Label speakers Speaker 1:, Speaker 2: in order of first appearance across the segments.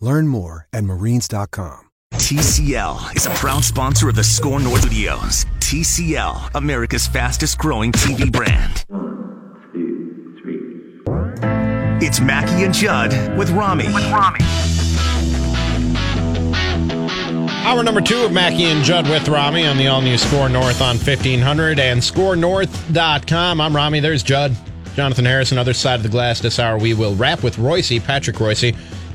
Speaker 1: Learn more at marines.com.
Speaker 2: TCL is a proud sponsor of the Score North Studios. TCL, America's fastest growing TV brand.
Speaker 3: One, two, three.
Speaker 2: It's Mackie and Judd with Rami.
Speaker 4: Hour number two of Mackie and Judd with Rami on the all new Score North on 1500 and scorenorth.com. I'm Rami. There's Judd. Jonathan Harris, other side of the glass. This hour we will wrap with Royce. Patrick Royce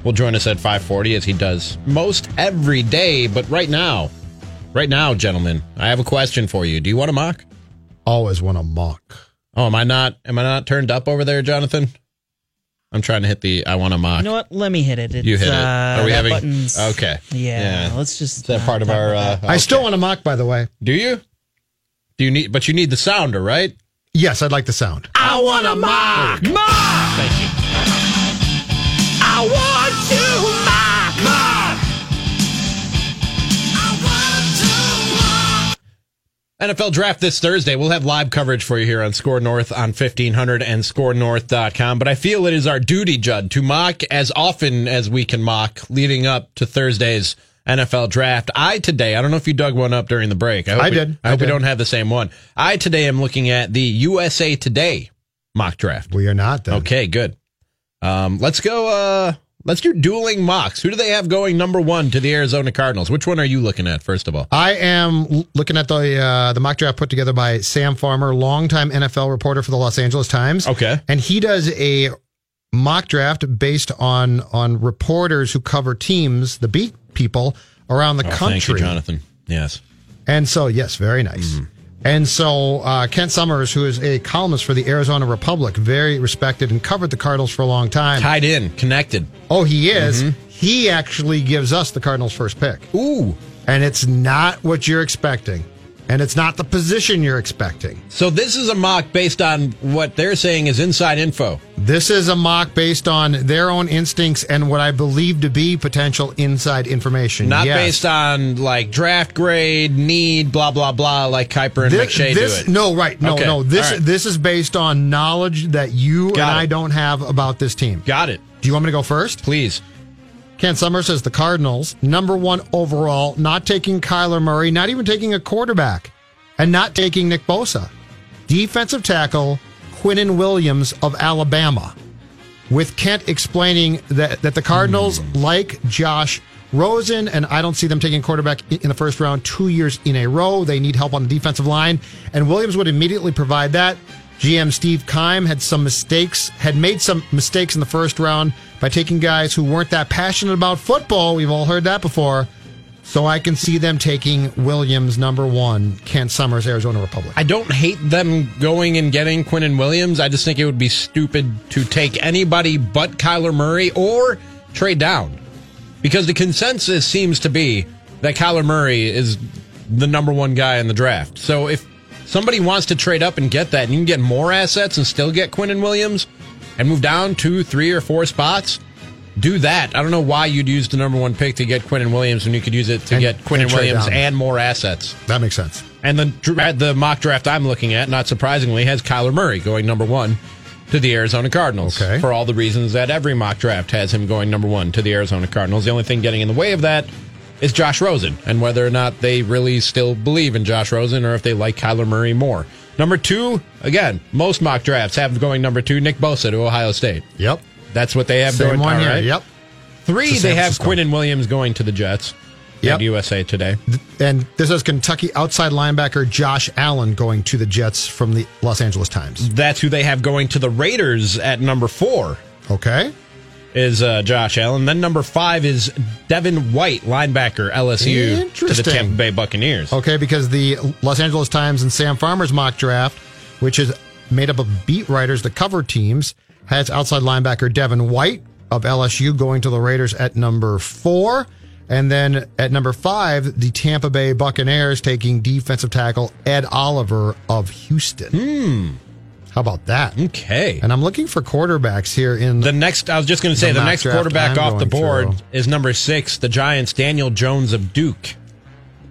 Speaker 4: will join us at 540 as he does most every day. But right now, right now, gentlemen, I have a question for you. Do you want to mock?
Speaker 5: Always want to mock.
Speaker 4: Oh, am I not? Am I not turned up over there, Jonathan? I'm trying to hit the I want to mock.
Speaker 6: You know what? Let me hit it. It's,
Speaker 4: You hit it.
Speaker 6: Uh,
Speaker 4: Are we
Speaker 6: that
Speaker 4: having-
Speaker 6: buttons?
Speaker 4: okay.
Speaker 6: Yeah.
Speaker 4: Yeah.
Speaker 6: Let's just.
Speaker 4: Is that part of our? Uh,
Speaker 5: I still want to mock, by the way.
Speaker 4: Do you? Do you need? But you need the sounder, right?
Speaker 5: Yes, I'd like the sound.
Speaker 4: I want to mock. Mock. Thank you. I want to mock. Mock. NFL draft this Thursday. We'll have live coverage for you here on Score North on 1500 and scorenorth.com. But I feel it is our duty, Judd, to mock as often as we can mock leading up to Thursday's NFL draft. I today, I don't know if you dug one up during the break. hope
Speaker 5: I
Speaker 4: we-
Speaker 5: did.
Speaker 4: I
Speaker 5: I
Speaker 4: hope we
Speaker 5: did.
Speaker 4: don't have the same one. I today am looking at the USA Today mock draft.
Speaker 5: We are not, then.
Speaker 4: Okay, good. Um, let's go. Uh, let's do dueling mocks. Who do they have going number one to the Arizona Cardinals? Which one are you looking at first of all?
Speaker 5: I am l- looking at the uh, the mock draft put together by Sam Farmer, longtime NFL reporter for the Los Angeles Times.
Speaker 4: Okay.
Speaker 5: and he does a mock draft based on on reporters who cover teams, the beat people around the country.
Speaker 4: Oh, Thank you, Mm-hmm. Jonathan. Yes.
Speaker 5: And so, yes, very nice. And so, uh, Kent Summers, who is a columnist for the Arizona Republic, very respected and covered the Cardinals for a long time.
Speaker 4: Tied in, connected.
Speaker 5: Oh, he is.
Speaker 4: Mm-hmm.
Speaker 5: He actually gives us the Cardinals' first pick.
Speaker 4: Ooh.
Speaker 5: And it's not what you're expecting. And it's not the position you're expecting.
Speaker 4: So this is a mock based on what they're saying is inside info.
Speaker 5: This is a mock based on their own instincts and what I believe to be potential inside information.
Speaker 4: Not
Speaker 5: Yes.
Speaker 4: based on like draft grade, need, blah blah blah, like Kuiper and
Speaker 5: This,
Speaker 4: McShay
Speaker 5: this-
Speaker 4: do it.
Speaker 5: no, right, no,
Speaker 4: Okay,
Speaker 5: no. This
Speaker 4: all right.
Speaker 5: this is based on knowledge that you
Speaker 4: Got
Speaker 5: and
Speaker 4: it.
Speaker 5: I don't have about this team.
Speaker 4: Got it.
Speaker 5: Do you want me to go first?
Speaker 4: Please.
Speaker 5: Ken Summers says the Cardinals, number one overall, not taking Kyler Murray, not even taking a quarterback, and not taking Nick Bosa. Defensive tackle, Quinnen Williams of Alabama. With Kent explaining that, that the Cardinals, like Josh Rosen, and I don't see them taking quarterback i- in the first round two years in a row. They need help on the defensive line, and Williams would immediately provide that. GM Steve Keim had some mistakes, had made some mistakes in the first round by taking guys who weren't that passionate about football. We've all heard that before. So I can see them taking Williams number one, Kent Summers, Arizona Republic.
Speaker 4: I don't hate them going and getting Quinn and Williams. I just think it would be stupid to take anybody but Kyler Murray or trade down. Because the consensus seems to be that Kyler Murray is the number one guy in the draft. So if somebody wants to trade up and get that and you can get more assets and still get Quinn and Williams and move down two, three, or four spots, do that. I don't know why you'd use the number one pick to get Quinn and Williams when you could use it to
Speaker 5: And-
Speaker 4: get Quinn
Speaker 5: and
Speaker 4: and
Speaker 5: trade
Speaker 4: Williams
Speaker 5: down.
Speaker 4: and more assets.
Speaker 5: That makes sense.
Speaker 4: And the dra- the mock draft I'm looking at, not surprisingly, has Kyler Murray going number one to the Arizona Cardinals.
Speaker 5: Okay.
Speaker 4: For all the reasons that every mock draft has him going number one to the Arizona Cardinals. The only thing getting in the way of that is Josh Rosen and whether or not they really still believe in Josh Rosen or if they like Kyler Murray more. Number two, again, most mock drafts have going number two Nick Bosa to Ohio State.
Speaker 5: Yep.
Speaker 4: That's what they have
Speaker 5: Same
Speaker 4: going
Speaker 5: one
Speaker 4: all
Speaker 5: here.
Speaker 4: right.
Speaker 5: Yep.
Speaker 4: Three,
Speaker 5: To San
Speaker 4: they have
Speaker 5: Francisco.
Speaker 4: Quinn and Williams going to the Jets.
Speaker 5: Yep.
Speaker 4: at USA Today.
Speaker 5: And this is Kentucky outside linebacker Josh Allen going to the Jets from the Los Angeles Times.
Speaker 4: That's who they have going to the Raiders at number four.
Speaker 5: Okay.
Speaker 4: Is uh, Josh Allen. Then number five is Devin White, linebacker LSU to the
Speaker 5: Interesting.
Speaker 4: Tampa Bay Buccaneers.
Speaker 5: Okay, because the Los Angeles Times and Sam Farmer's mock draft, which is made up of beat writers that cover teams, has outside linebacker Devin White of LSU going to the Raiders at number four. And then at number five, the Tampa Bay Buccaneers taking defensive tackle Ed Oliver of Houston. Hmm. How about that?
Speaker 4: Okay.
Speaker 5: And I'm looking for quarterbacks here in
Speaker 4: The next, I was just going to say,
Speaker 5: The
Speaker 4: the,
Speaker 5: mock
Speaker 4: next
Speaker 5: draft
Speaker 4: quarterback
Speaker 5: I'm
Speaker 4: off the
Speaker 5: going
Speaker 4: board
Speaker 5: through.
Speaker 4: is number six, the Giants. Daniel Jones of Duke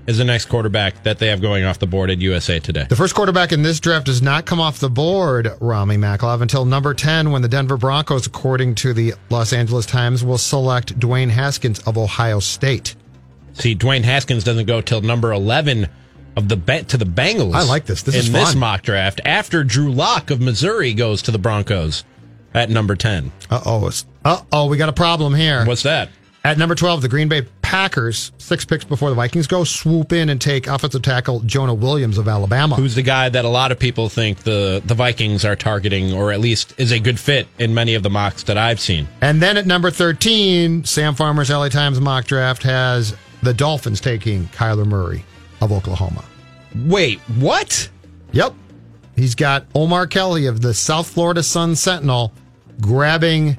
Speaker 4: is the next quarterback that they have going off the board at USA Today.
Speaker 5: The first quarterback in this draft does not come off the board, Rami Maklov, until number 10 when the Denver Broncos, according to the Los Angeles Times, will select Dwayne Haskins of Ohio State.
Speaker 4: See, Dwayne Haskins doesn't go till number eleven of the bet to the Bengals.
Speaker 5: I like this. This
Speaker 4: in
Speaker 5: is
Speaker 4: this
Speaker 5: fun.
Speaker 4: mock draft. After Drew Locke of Missouri goes to the Broncos at number ten.
Speaker 5: Uh-oh. Uh-oh, we got a problem here.
Speaker 4: What's that?
Speaker 5: At number 12, the Green Bay Packers, six picks before the Vikings go, swoop in and take offensive tackle Jonah Williams of Alabama.
Speaker 4: Who's the guy that a lot of people think the the Vikings are targeting, or at least is a good fit in many of the mocks that I've seen?
Speaker 5: and then at number 13, Sam Farmer's LA Times mock draft has the Dolphins taking Kyler Murray of Oklahoma.
Speaker 4: Wait, what?
Speaker 5: Yep. He's got Omar Kelly of the South Florida Sun Sentinel grabbing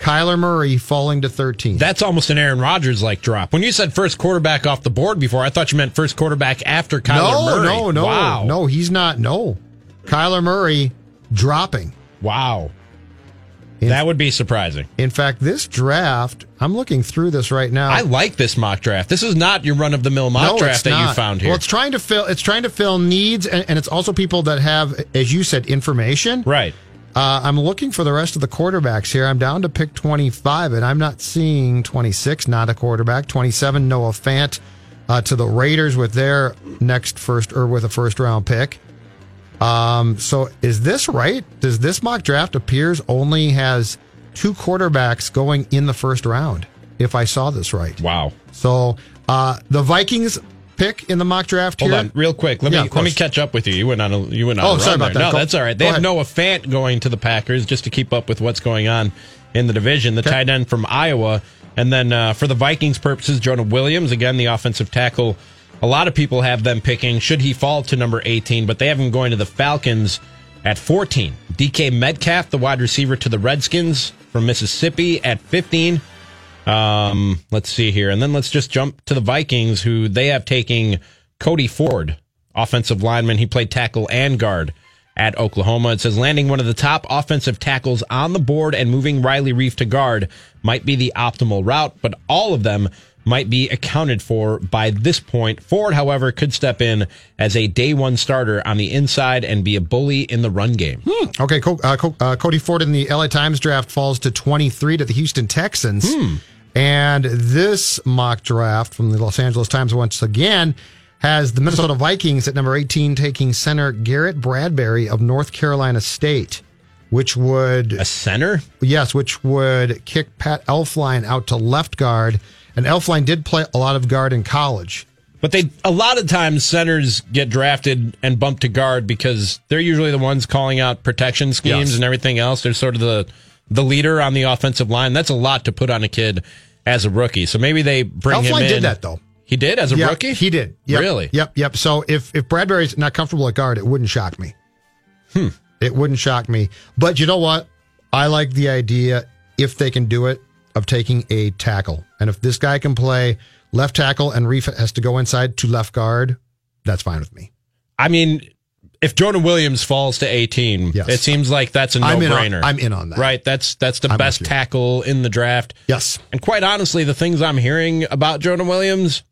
Speaker 5: Kyler Murray, falling to 13.
Speaker 4: That's almost an Aaron Rodgers like drop. When you said first quarterback off the board before, I thought you meant first quarterback after Kyler
Speaker 5: no,
Speaker 4: Murray.
Speaker 5: no, no,
Speaker 4: wow.
Speaker 5: no. He's not. No. Kyler Murray dropping.
Speaker 4: Wow. That would be surprising.
Speaker 5: In fact, this draft, I'm looking through this right now.
Speaker 4: I like this mock draft. This is not your run of the mill mock
Speaker 5: Oh. No, it's
Speaker 4: draft that you
Speaker 5: not.
Speaker 4: found here.
Speaker 5: Well, it's trying to fill. It's trying to fill needs, and, and it's also people that have, as you said, information.
Speaker 4: right.
Speaker 5: Uh, I'm looking for the rest of the quarterbacks here. I'm down to pick 25, and I'm not seeing 26, not a quarterback. 27, Noah Fant uh, to the Raiders with their next first or with a first round pick. Um, so is this right? Does this mock draft appears only has two quarterbacks going in the first round? If I saw this right,
Speaker 4: Wow.
Speaker 5: so uh, the Vikings pick in the mock draft
Speaker 4: Hold
Speaker 5: here.
Speaker 4: on, real quick. Let
Speaker 5: Yeah,
Speaker 4: me
Speaker 5: of
Speaker 4: let me
Speaker 5: course.
Speaker 4: catch up with you. You went on. A, you went on.
Speaker 5: Oh,
Speaker 4: a
Speaker 5: sorry
Speaker 4: run
Speaker 5: about
Speaker 4: there.
Speaker 5: that.
Speaker 4: No,
Speaker 5: Go-
Speaker 4: that's all right. They
Speaker 5: go
Speaker 4: have
Speaker 5: ahead.
Speaker 4: Noah Fant going to the Packers just to keep up with what's going on in the division. The tight end from Iowa, and then uh, for the Vikings' purposes, Jonah Williams again, the offensive tackle. A lot of people have them picking. Should he fall to number eighteen? But they have him going to the Falcons at fourteen. DK Metcalf, the wide receiver, to the Redskins from Mississippi at fifteen. Um, let's see here. And then let's just jump to the Vikings, who they have taking Cody Ford, offensive lineman. He played tackle and guard at Oklahoma. It says landing one of the top offensive tackles on the board and moving Riley Reef to guard might be the optimal route, but all of them might be accounted for by this point. Ford, however, could step in as a day one starter on the inside and be a bully in the run game.
Speaker 5: Okay, Co- uh, Co- uh, Cody Ford in the LA Times draft falls to 23 to the Houston Texans. And this mock draft from the Los Angeles Times once again has the Minnesota Vikings at number 18 taking center Garrett Bradbury of North Carolina State, which would
Speaker 4: A center?
Speaker 5: Yes, which would kick Pat Elfline out to left guard. And Elfline did play a lot of guard in college.
Speaker 4: But they a lot of times centers get drafted and bumped to guard because they're usually the ones calling out protection schemes
Speaker 5: Yes.
Speaker 4: and everything else. They're sort of the the leader on the offensive line. That's a lot to put on a kid as a rookie. So maybe they bring him
Speaker 5: Elfline
Speaker 4: in.
Speaker 5: did that, though.
Speaker 4: He did as a
Speaker 5: Yeah,
Speaker 4: rookie.
Speaker 5: He did. Yep.
Speaker 4: Really?
Speaker 5: Yep, yep. So if if Bradbury's not comfortable at guard, it wouldn't shock me. Hmm. It wouldn't shock me. But you know what? I like the idea if they can do it of taking a tackle. And if this guy can play left tackle and Reef has to go inside to left guard, that's fine with me.
Speaker 4: I mean, if Jonah Williams falls to eighteen,
Speaker 5: Yes.
Speaker 4: it seems like that's a no
Speaker 5: I'm in on-
Speaker 4: brainer.
Speaker 5: I'm in on that.
Speaker 4: Right. That's that's the
Speaker 5: I'm
Speaker 4: best
Speaker 5: with you.
Speaker 4: tackle in the draft.
Speaker 5: Yes.
Speaker 4: And quite honestly, the things I'm hearing about Jonah Williams,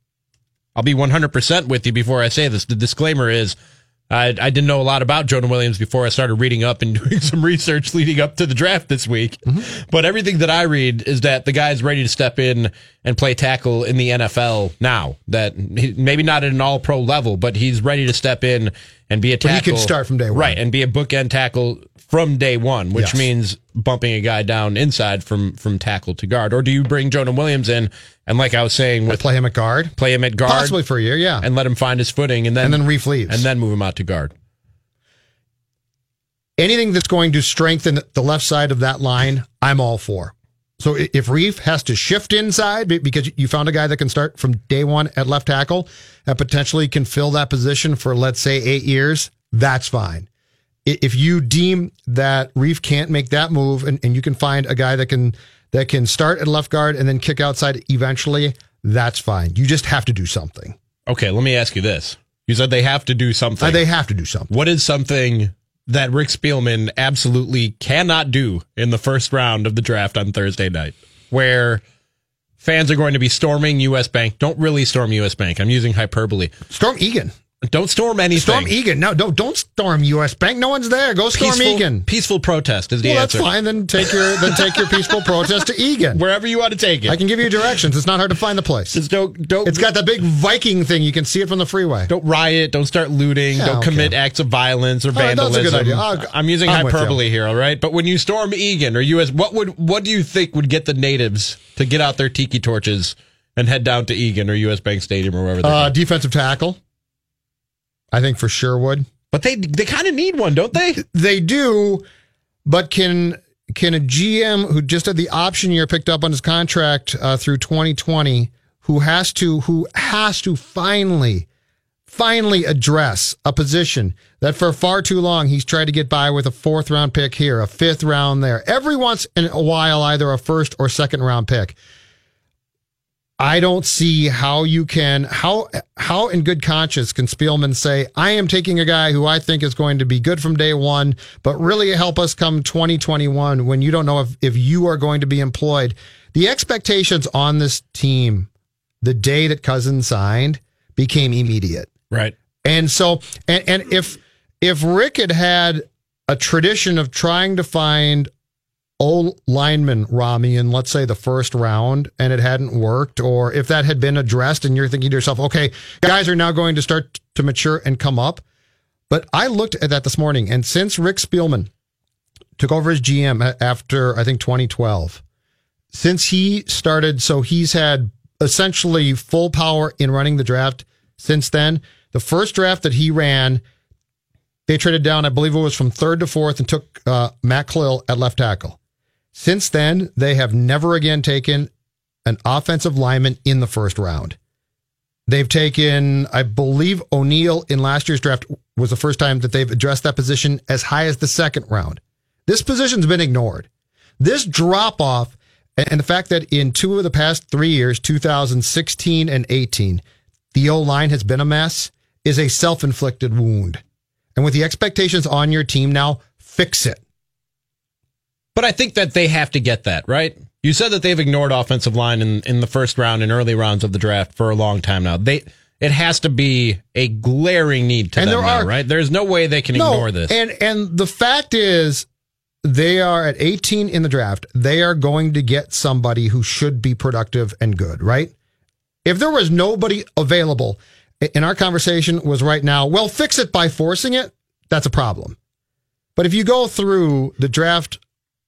Speaker 4: I'll be 100% with you before I say this. The disclaimer is I, I didn't know a lot about Jonah Williams before I started reading up and doing some research leading up to the draft this week.
Speaker 5: Mm-hmm.
Speaker 4: But everything that I read is that the guy's ready to step in and play tackle in the NFL now. That he, maybe not at an all pro level, but he's ready to step in and be a
Speaker 5: But
Speaker 4: tackle.
Speaker 5: he could start from day one.
Speaker 4: right? And be a bookend tackle from day one, which
Speaker 5: Yes.
Speaker 4: means bumping a guy down inside from from tackle to guard. Or do you bring Jonah Williams in and, like I was saying,
Speaker 5: I
Speaker 4: with
Speaker 5: play him at guard,
Speaker 4: play him at guard
Speaker 5: possibly for a year, yeah, and,
Speaker 4: and let him find his footing, and then
Speaker 5: then Reef leaves.
Speaker 4: and then move him out to guard.
Speaker 5: anything that's going to strengthen the left side of that line, I'm all for. So i- if Reef has to shift inside be- because you found a guy that can start from day one at left tackle that potentially can fill that position for, let's say, eight years, that's fine. I- If you deem that Reef can't make that move and, and you can find a guy that can that can start at left guard and then kick outside eventually, that's fine. You just have to do something.
Speaker 4: Okay, let me ask you this: You said they have to do
Speaker 5: Uh,
Speaker 4: something.
Speaker 5: They have to do something.
Speaker 4: What is something that Rick Spielman absolutely cannot do in the first round of the draft on Thursday night, where fans are going to be storming U.S. Bank? Don't really storm U.S. Bank. I'm using hyperbole.
Speaker 5: Storm Egan.
Speaker 4: Don't storm anything.
Speaker 5: Storm Egan. No, don't don't storm U.S. Bank. No one's there. Go storm
Speaker 4: Peaceful,
Speaker 5: Egan.
Speaker 4: Peaceful protest is the
Speaker 5: Well, that's
Speaker 4: answer.
Speaker 5: fine. Then take your then take your peaceful protest to Egan.
Speaker 4: Wherever you want to take it.
Speaker 5: I can give you directions. It's not hard to find the place.
Speaker 4: Just don't don't
Speaker 5: It's got the big Viking thing. You can see it from the freeway.
Speaker 4: don't riot. Don't start looting.
Speaker 5: Yeah,
Speaker 4: don't
Speaker 5: okay.
Speaker 4: commit acts of violence or
Speaker 5: right, that's a
Speaker 4: vandalism.
Speaker 5: good idea. I'll-
Speaker 4: I'm using
Speaker 5: I'm with you.
Speaker 4: hyperbole here, all right? But when you storm Egan or U.S., what would what do you think would get the natives to get out their tiki torches and head down to Egan or U.S. Bank Stadium or wherever? They're
Speaker 5: Uh,
Speaker 4: going?
Speaker 5: defensive tackle. I think for sure would.
Speaker 4: but they they kind of need one, don't they?
Speaker 5: They do, but can can a GM who just had the option year picked up on his contract uh, through 2020, who has to who has to finally finally address a position that for far too long he's tried to get by with a fourth round pick here, a fifth round there, every once in a while either a first or second round pick. I don't see how you can how how in good conscience can Spielman say I am taking a guy who I think is going to be good from day one, but really help us come 2021 when you don't know if if you are going to be employed. The expectations on this team the day that Cousins signed became immediate.
Speaker 4: Right.
Speaker 5: And so, and, and if if Rick had had a tradition of trying to find old lineman Rami in let's say the first round and it hadn't worked, or if that had been addressed, and you're thinking to yourself, okay, guys are now going to start to mature and come up. But I looked at that this morning, and since Rick Spielman took over as GM a- after I think 2012, since he started, so he's had essentially full power in running the draft since then. The first draft that he ran, they traded down, I believe it was from third to fourth, and took uh, Matt Clill at left tackle. Since then, they have never again taken an offensive lineman in the first round. They've taken, I believe, O'Neal in last year's draft was the first time that they've addressed that position as high as the second round. This position's been ignored. This drop off and the fact that in two of the past three years, 2016 and 18, the O line has been a mess is a self inflicted wound. And with the expectations on your team now, fix it.
Speaker 4: But I think that they have to get that, right? You said that they've ignored offensive line in, in the first round and early rounds of the draft for a long time now. They it has to be a glaring need to
Speaker 5: And
Speaker 4: them
Speaker 5: there
Speaker 4: now,
Speaker 5: are-
Speaker 4: right? There's no way they can ignore this.
Speaker 5: And and the fact is they are at 18 in the draft. They are going to get somebody who should be productive and good, right? If there was nobody available, a- and our conversation was right now, well, fix it by forcing it, that's a problem. But if you go through the draft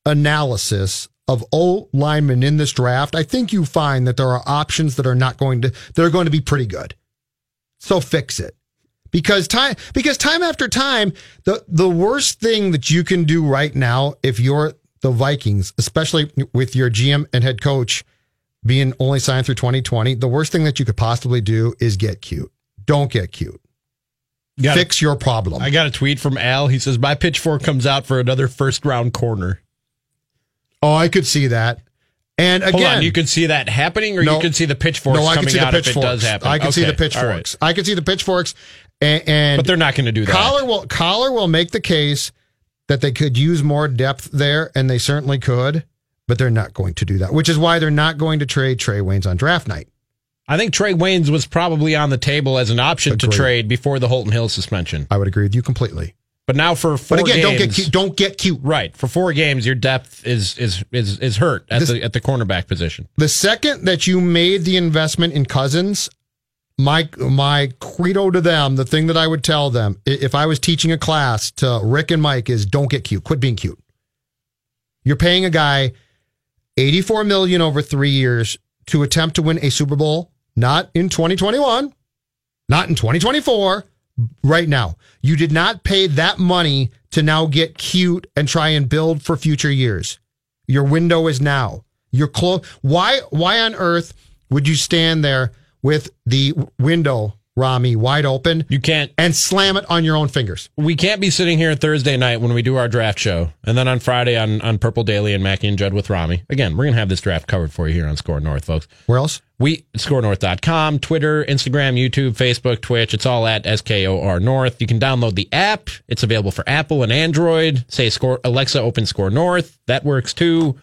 Speaker 5: analysis of O linemen in this draft, I think you find that there are options that are not going to that are going to be pretty good. So fix it because time because time after time the the worst thing that you can do right now if you're the Vikings especially with your GM and head coach being only signed through 2020 the worst thing that you could possibly do is get cute don't get cute
Speaker 4: Got it.
Speaker 5: fix your problem
Speaker 4: I got a tweet from Al. He says, My pitchfork comes out for another first round corner.
Speaker 5: oh i could see that and again
Speaker 4: Hold on. You can see that happening, or you
Speaker 5: No.
Speaker 4: can see the pitchforks
Speaker 5: no, I
Speaker 4: coming
Speaker 5: can see the
Speaker 4: out if it does
Speaker 5: pitchforks.
Speaker 4: happen.
Speaker 5: I can see
Speaker 4: Okay,
Speaker 5: the
Speaker 4: all right.
Speaker 5: pitchforks. I can see the pitchforks, and, and
Speaker 4: But they're not going to do that.
Speaker 5: Collar will Collar will make the case that they could use more depth there, and they certainly could, but they're not going to do that, which is why they're not going to trade Trey Waynes on draft night.
Speaker 4: I think Trey Waynes was probably on the table as an option to
Speaker 5: Agreed.
Speaker 4: trade before the Holton Hill suspension.
Speaker 5: I would agree with you completely.
Speaker 4: But now for four
Speaker 5: But again,
Speaker 4: games,
Speaker 5: don't get cute. Don't get cute.
Speaker 4: right for four games, your depth is is is is hurt at
Speaker 5: This-
Speaker 4: the at the cornerback position.
Speaker 5: The second that you made the investment in Cousins, my my credo to them, the thing that I would tell them i- if I was teaching a class to Rick and Mike is don't get cute. Quit being cute. You're paying a guy 84 million over 3 years to attempt to win a Super Bowl not in 2021, not in 2024, right now. You did not pay that money to now get cute and try and build for future years. Your window is now. You're close. Why? Why on earth would you stand there with the w- window, Rami, wide open
Speaker 4: You can't.
Speaker 5: and slam it on your own fingers?
Speaker 4: We can't be sitting here Thursday night when we do our draft show, and then on Friday on on Purple Daily and Mackie and Judd with Rami. Again, we're gonna have this draft covered for you here on Score North, folks.
Speaker 5: Where else?
Speaker 4: We scorenorth.com, Twitter, Instagram, YouTube, Facebook, Twitch. It's all at SKOR North. You can download the app. It's available for Apple and Android. Say score Alexa open score north. That works too.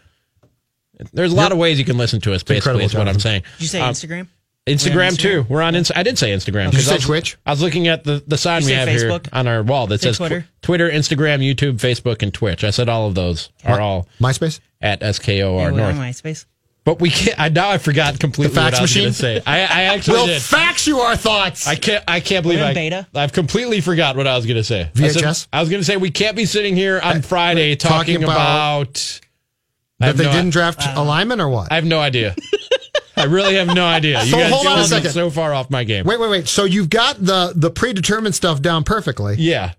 Speaker 4: There's a lot of ways you can listen to us, basically,
Speaker 5: incredible,
Speaker 4: is what I'm
Speaker 5: Jonathan.
Speaker 4: saying.
Speaker 6: Did you say
Speaker 4: Um,
Speaker 6: Instagram?
Speaker 4: Instagram,
Speaker 6: Instagram?
Speaker 4: too. We're on Insta- I did say Instagram.
Speaker 5: Did you
Speaker 4: 'cause I
Speaker 5: say
Speaker 4: was-
Speaker 5: Twitch?
Speaker 4: I was looking at the, the sign
Speaker 6: You
Speaker 4: we
Speaker 6: say
Speaker 4: have
Speaker 6: Facebook?
Speaker 4: here on our wall that
Speaker 6: Say
Speaker 4: says
Speaker 6: Twitter?
Speaker 4: Tw- Twitter, Instagram, YouTube, Facebook, and Twitch. I said all of those are all
Speaker 5: MySpace.
Speaker 4: at SKOR
Speaker 6: You were on
Speaker 4: North.
Speaker 6: MySace.
Speaker 4: But we can't. I now I forgot completely
Speaker 5: The fax
Speaker 4: what I was going to
Speaker 5: machine?
Speaker 4: say. I, I actually
Speaker 5: We'll
Speaker 4: did.
Speaker 5: fax you our thoughts.
Speaker 4: I can't. I can't believe
Speaker 6: We're in
Speaker 4: I.
Speaker 6: beta.
Speaker 4: I've completely forgot what I was going to say. I, said-
Speaker 5: VHS?
Speaker 4: I was going to say we can't be sitting here on Friday talking,
Speaker 5: talking about-
Speaker 4: about. I
Speaker 5: that
Speaker 4: have
Speaker 5: they
Speaker 4: no-
Speaker 5: didn't draft a lineman or what?
Speaker 4: I have no idea. I really have no idea. You
Speaker 5: So
Speaker 4: guys
Speaker 5: hold on a
Speaker 4: sound
Speaker 5: second.
Speaker 4: So far off my game.
Speaker 5: wait, wait, wait. So you've got the the predetermined stuff down perfectly,
Speaker 4: Yeah,